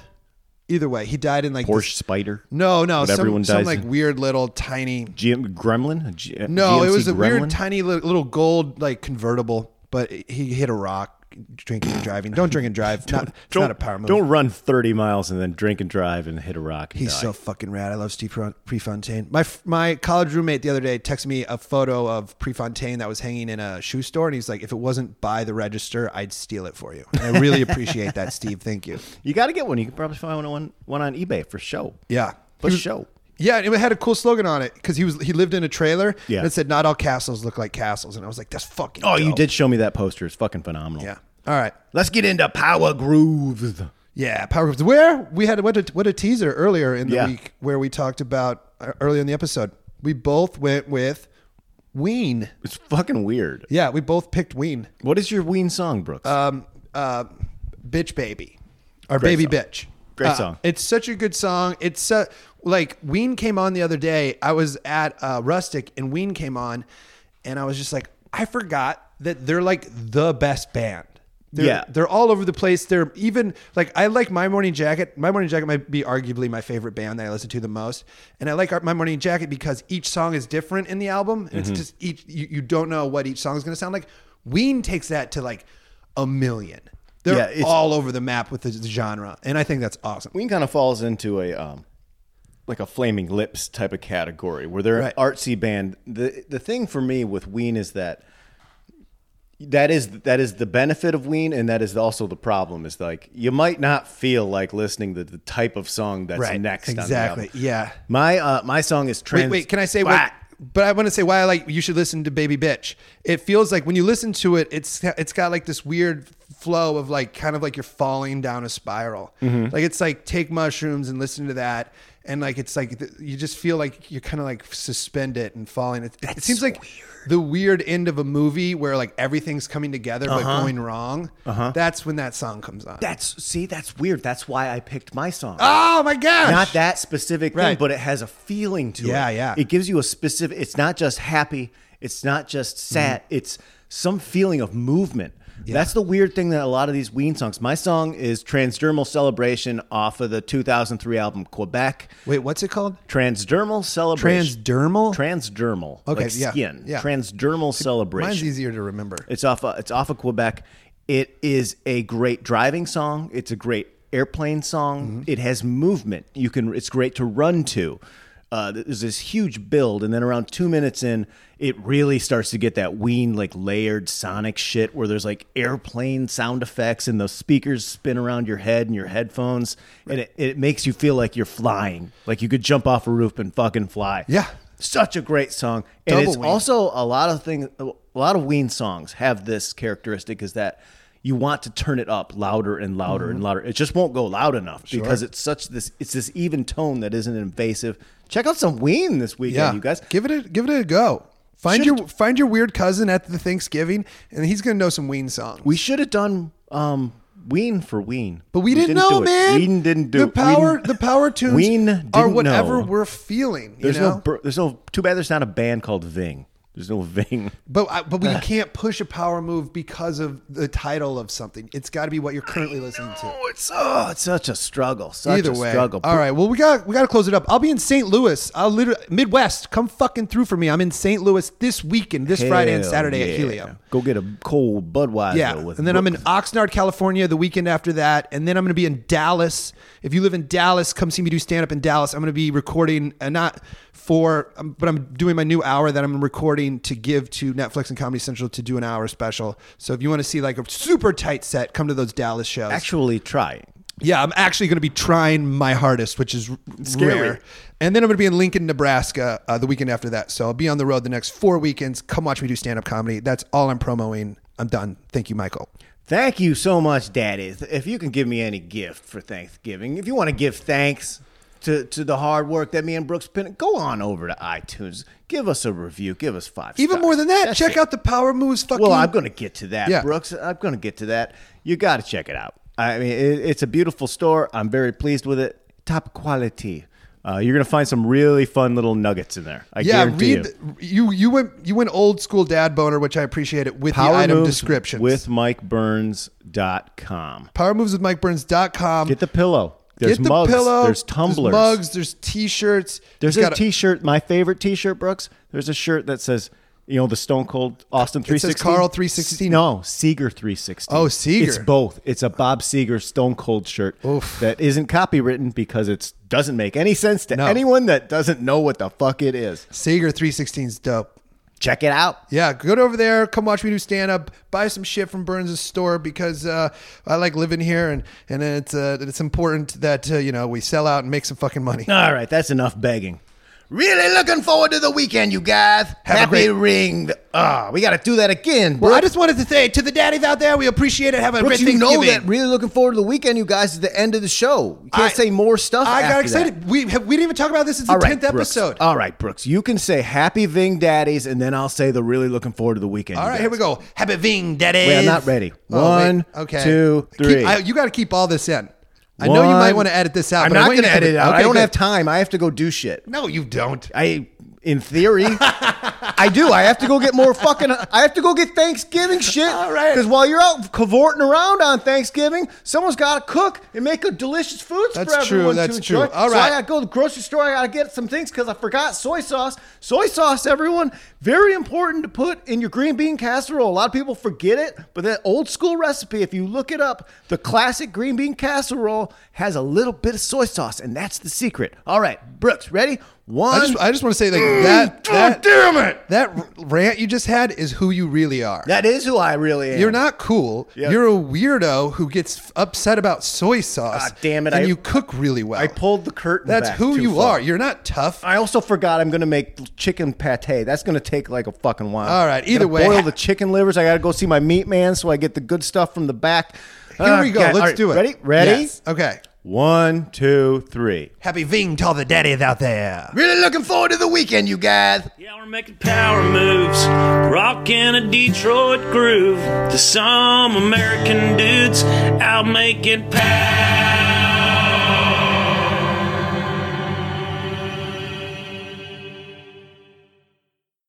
Speaker 2: Either way, he died in like this-
Speaker 5: Porsche Spider.
Speaker 2: no, no,
Speaker 5: What
Speaker 2: some,
Speaker 5: everyone
Speaker 2: some
Speaker 5: dies
Speaker 2: like
Speaker 5: in.
Speaker 2: weird little tiny.
Speaker 5: GM Gremlin. A G-
Speaker 2: No, it
Speaker 5: GMC
Speaker 2: was a weird
Speaker 5: Gremlin?
Speaker 2: tiny li- little gold like convertible, but he hit a rock drinking and driving. Don't drink and
Speaker 5: [laughs]
Speaker 2: drive. not, it's not a power move.
Speaker 5: Don't run 30 miles and then drink and drive and hit a rock. And
Speaker 2: He's
Speaker 5: die.
Speaker 2: so fucking rad. I love Steve Pre- Prefontaine. My my college roommate the other day texted me a photo of Prefontaine that was hanging in a shoe store, and he's like, "If it wasn't by the register, I'd steal it for you." And I
Speaker 5: [laughs]
Speaker 2: really appreciate that, Steve. Thank you.
Speaker 5: you got to get one. You can probably find one, one on eBay for show.
Speaker 2: Yeah,
Speaker 5: For
Speaker 2: He was-
Speaker 5: show.
Speaker 2: Yeah, and it had a cool slogan on it because he was he lived in a trailer.
Speaker 5: Yeah.
Speaker 2: and it said, "Not all castles look like castles," and I was like, "That's fucking."
Speaker 5: Oh, you
Speaker 2: dope."
Speaker 5: did show me that poster. It's fucking phenomenal.
Speaker 2: Yeah. All right.
Speaker 5: Let's get into Power Grooves.
Speaker 2: Yeah, power groups. Where we had what a, what a teaser earlier in the
Speaker 5: Yeah.
Speaker 2: week where we talked about uh, earlier in the episode. We both went with Ween.
Speaker 5: It's fucking weird.
Speaker 2: Yeah, we both picked Ween.
Speaker 5: What is your Ween song, Brooks?
Speaker 2: Uh, bitch baby, or
Speaker 5: Oh, Great
Speaker 2: baby
Speaker 5: song.
Speaker 2: bitch.
Speaker 5: Great
Speaker 2: Uh,
Speaker 5: song.
Speaker 2: It's such a good song. It's uh, like Ween came on the other day. I was at uh, Rustic and Ween came on, and I was just like, I forgot that they're like the best band. They're,
Speaker 5: Yeah.
Speaker 2: they're all over the place. They're even like I like My Morning Jacket. My Morning Jacket might be arguably my favorite band that I listen to the most, and I like our- My Morning Jacket because each song is different in the album. And It's
Speaker 5: Mm-hmm.
Speaker 2: just each you, you don't know what each song is going to sound like. Ween takes that to like a million. They're
Speaker 5: Yeah, it's-
Speaker 2: all over the map with the, the genre, and I think that's awesome.
Speaker 5: Ween kind of falls into a um, like a flaming lips type of category where they're
Speaker 2: Right.
Speaker 5: an artsy band. The the thing for me with Ween is that that is that is the benefit of Ween, and that is also the problem. Is like you might not feel like listening to the type of song that's next. on the
Speaker 2: exactly.
Speaker 5: album.
Speaker 2: yeah.
Speaker 5: My uh, my song is
Speaker 2: Wait,
Speaker 5: trans.
Speaker 2: wait. Can I say what? But I want to say why I like you should listen to Baby Bitch. It feels like when you listen to it, it's it's got like this weird flow of like kind of like you're falling down a spiral. Like it's like take mushrooms and listen to that, and like it's like th- you just feel like you're kind of like suspended and falling. It, it seems like the weird end of a movie where like everything's coming together but going wrong. Uh-huh. That's when that song comes on.
Speaker 5: That's see, that's weird. That's why I picked my song.
Speaker 2: oh my gosh!
Speaker 5: not that specific thing,
Speaker 2: Right.
Speaker 5: but it has a feeling to
Speaker 2: Yeah,
Speaker 5: it.
Speaker 2: yeah.
Speaker 5: It gives you a specific. It's not just happy. It's not just
Speaker 2: Mm-hmm.
Speaker 5: sad. It's some feeling of movement. That's the weird thing that a lot of these Ween songs. My song is Transdermal Celebration off of the 2003 album Quebec.
Speaker 2: Wait, what's it called?
Speaker 5: Transdermal Celebration.
Speaker 2: Transdermal.
Speaker 5: Transdermal.
Speaker 2: Okay,
Speaker 5: like
Speaker 2: yeah,
Speaker 5: Skin.
Speaker 2: yeah.
Speaker 5: Transdermal Celebration.
Speaker 2: Mine's easier to remember.
Speaker 5: It's off. Uh, it's off of Quebec. It is a great driving song. It's a great airplane song. It has movement. You can. It's great to run to. Uh, there's this huge build, and then around two minutes in, it really starts to get that ween like layered sonic shit where there's like airplane sound effects and the speakers spin around your head and your headphones, and it, it makes you feel like you're flying, like you could jump off a roof and fucking fly.
Speaker 2: Yeah.
Speaker 5: such a great song, and
Speaker 2: Double
Speaker 5: it's
Speaker 2: Ween.
Speaker 5: also also a lot of things a lot of ween songs have this characteristic is that you want to turn it up louder and louder
Speaker 2: Mm-hmm.
Speaker 5: and louder it just won't go loud enough because it's such this it's this even tone that isn't invasive check out some ween this weekend
Speaker 2: yeah,
Speaker 5: you guys
Speaker 2: give it a give it a go. Find
Speaker 5: Should've-
Speaker 2: your find your weird cousin at the Thanksgiving, and he's gonna know some Ween songs.
Speaker 5: We should have done um, Ween for Ween,
Speaker 2: but we, didn't,
Speaker 5: do
Speaker 2: know,
Speaker 5: it.
Speaker 2: man.
Speaker 5: Ween didn't do
Speaker 2: the
Speaker 5: it.
Speaker 2: power.
Speaker 5: Ween-
Speaker 2: the power tunes
Speaker 5: Ween
Speaker 2: are
Speaker 5: didn't
Speaker 2: whatever
Speaker 5: know.
Speaker 2: we're feeling. You
Speaker 5: There's
Speaker 2: know?
Speaker 5: no. br- There's no. Too bad. There's not a band called Ving. There's no Ving.
Speaker 2: But I, but
Speaker 5: Ah.
Speaker 2: we can't push a power move because of the title of something. It's got to be what you're currently listening to.
Speaker 5: it's oh, it's such a struggle. Such
Speaker 2: Either
Speaker 5: a
Speaker 2: way,
Speaker 5: struggle.
Speaker 2: all right. Well, we got we got to close it up. I'll be in St. Louis. I'll literally Midwest. Come fucking through for me. I'm in St. Louis this weekend, this Friday and
Speaker 5: Hell
Speaker 2: Saturday
Speaker 5: yeah.
Speaker 2: at Helium.
Speaker 5: Go get a cold Budweiser.
Speaker 2: Yeah,
Speaker 5: with
Speaker 2: and then I'm in Oxnard, California, the weekend after that, and then I'm going to be in Dallas. If you live in Dallas, come see me do stand up in Dallas. I'm going to be recording, uh, not for, um, but I'm doing my new hour that I'm recording to give to Netflix and Comedy Central to do an hour special. So if you want to see like a super tight set, come to those Dallas shows.
Speaker 5: actually trying.
Speaker 2: yeah, I'm actually going to be trying my hardest, which is r-
Speaker 5: Scary.
Speaker 2: rare. And then I'm going to be in Lincoln, Nebraska, uh, the weekend after that. So I'll be on the road the next four weekends. Come watch me do stand up comedy. That's all I'm promoing. I'm done. Thank you, Michael.
Speaker 5: Thank you so much, Daddy. Th- If you can give me any gift for Thanksgiving, if you want to give thanks to, to the hard work that me and Brooks put in, go on over to iTunes. Give us a review. Give us five
Speaker 2: Even
Speaker 5: stars.
Speaker 2: more than that,
Speaker 5: That's
Speaker 2: check
Speaker 5: it.
Speaker 2: out the Power Moves fucking.
Speaker 5: Well, I'm going to get to that,
Speaker 2: Yeah.
Speaker 5: Brooks. I'm going to get to that. You got to check it out. I mean, it, it's a beautiful store. I'm very pleased with it. Top quality. Uh, you're going to find some really fun little nuggets in there. I
Speaker 2: yeah,
Speaker 5: guarantee
Speaker 2: read
Speaker 5: you.
Speaker 2: the- you. You went you went old school dad boner, which I appreciate it with the item
Speaker 5: Moves
Speaker 2: descriptions.
Speaker 5: with MikeBurns.com.
Speaker 2: Power Moves with MikeBurns.com.
Speaker 5: Get the pillow. There's
Speaker 2: Get the
Speaker 5: mugs.
Speaker 2: pillow.
Speaker 5: There's
Speaker 2: There's
Speaker 5: tumblers.
Speaker 2: mugs. There's t-shirts.
Speaker 5: There's
Speaker 2: He's
Speaker 5: a
Speaker 2: got
Speaker 5: T-shirt. My favorite T-shirt, Brooks. There's a shirt that says, you know, the Stone Cold Austin
Speaker 2: It says
Speaker 5: 360.
Speaker 2: Carl 316.
Speaker 5: No, Seeger 316.
Speaker 2: Oh, Seeger.
Speaker 5: It's both. It's a Bob Seeger Stone Cold shirt
Speaker 2: Oof.
Speaker 5: that isn't copywritten because it doesn't make any sense to
Speaker 2: No.
Speaker 5: anyone that doesn't know what the fuck it is.
Speaker 2: Sager 316's dope.
Speaker 5: Check it out.
Speaker 2: Yeah, go over there. Come watch me do stand up. Buy some shit from Burns' store because uh, I like living here, and and it's uh, it's important that uh, you know we sell out and make some fucking money.
Speaker 5: All right, that's enough begging. Really looking forward to the weekend, you guys.
Speaker 2: Have a
Speaker 5: Happy
Speaker 2: great-
Speaker 5: ring. Ah, we got to do that again.
Speaker 2: Well, I
Speaker 5: Brooks.
Speaker 2: just wanted to say to the daddies out there, we appreciate it. Have a
Speaker 5: Brooks,
Speaker 2: great
Speaker 5: you know
Speaker 2: Thanksgiving.
Speaker 5: that really looking forward to the weekend, you guys, is the end of the show. You can't
Speaker 2: I-
Speaker 5: say more stuff.
Speaker 2: I got
Speaker 5: after
Speaker 2: excited.
Speaker 5: That.
Speaker 2: We have, we didn't even talk about this. It's the
Speaker 5: All right,
Speaker 2: tenth
Speaker 5: Brooks.
Speaker 2: episode.
Speaker 5: All right, Brooks. You can say happy Ving Daddies, and then I'll say the really looking forward to the weekend.
Speaker 2: All
Speaker 5: you
Speaker 2: right, here
Speaker 5: guys.
Speaker 2: we go. Happy Ving, daddy.
Speaker 5: Wait, I'm not ready.
Speaker 2: One,
Speaker 5: One, two, three.
Speaker 2: you got to keep all this in. I know you might
Speaker 5: One-
Speaker 2: want to edit this out.
Speaker 5: I'm
Speaker 2: but I
Speaker 5: not
Speaker 2: want you
Speaker 5: going to
Speaker 2: keep
Speaker 5: edit it out. I
Speaker 2: Okay,
Speaker 5: don't
Speaker 2: good.
Speaker 5: have time. I have to go do shit.
Speaker 2: No, you don't.
Speaker 5: I, in theory, I do. I have to go get more fucking. I have to go get Thanksgiving shit.
Speaker 2: All right.
Speaker 5: Because while you're out cavorting around on Thanksgiving, someone's got to cook and make a delicious foods
Speaker 2: That's
Speaker 5: for
Speaker 2: true,
Speaker 5: everyone
Speaker 2: that's
Speaker 5: to
Speaker 2: true.
Speaker 5: enjoy.
Speaker 2: All
Speaker 5: So
Speaker 2: right.
Speaker 5: I got to go to the grocery store. I got to get some things because I forgot soy sauce. Soy sauce, everyone, very important to put in your green bean casserole. A lot of people forget it, but that old school recipe, if you look it up, the classic green bean casserole has a little bit of soy sauce, and that's the secret. All right, Brooks, ready? One.
Speaker 2: I just, I just want to say
Speaker 5: [gasps]
Speaker 2: like that.
Speaker 5: God
Speaker 2: That
Speaker 5: damn it!
Speaker 2: that rant you just had is who you really are.
Speaker 5: That is who I really am.
Speaker 2: You're not cool.
Speaker 5: Yeah.
Speaker 2: You're a weirdo who gets upset about soy sauce.
Speaker 5: Ah, damn it,
Speaker 2: And
Speaker 5: I-
Speaker 2: you cook really well.
Speaker 5: I pulled the curtain.
Speaker 2: That's
Speaker 5: back
Speaker 2: who
Speaker 5: too
Speaker 2: you
Speaker 5: far.
Speaker 2: are. You're not tough.
Speaker 5: I also forgot I'm gonna make chicken pate. That's gonna take like a fucking while.
Speaker 2: All right,
Speaker 5: I
Speaker 2: either
Speaker 5: gotta
Speaker 2: way-
Speaker 5: boil the chicken livers. I gotta go see my meat man, so I get the good stuff from the back. Ah,
Speaker 2: Here we go.
Speaker 5: Okay, all
Speaker 2: Let's
Speaker 5: right,
Speaker 2: do it.
Speaker 5: Ready? Ready?
Speaker 2: Yes. Okay.
Speaker 5: One, two, three.
Speaker 2: Happy Ving to all the daddies out there.
Speaker 5: Really looking forward to the weekend, you guys.
Speaker 3: Yeah, we're making power moves, rocking a Detroit groove to some American dudes out making power.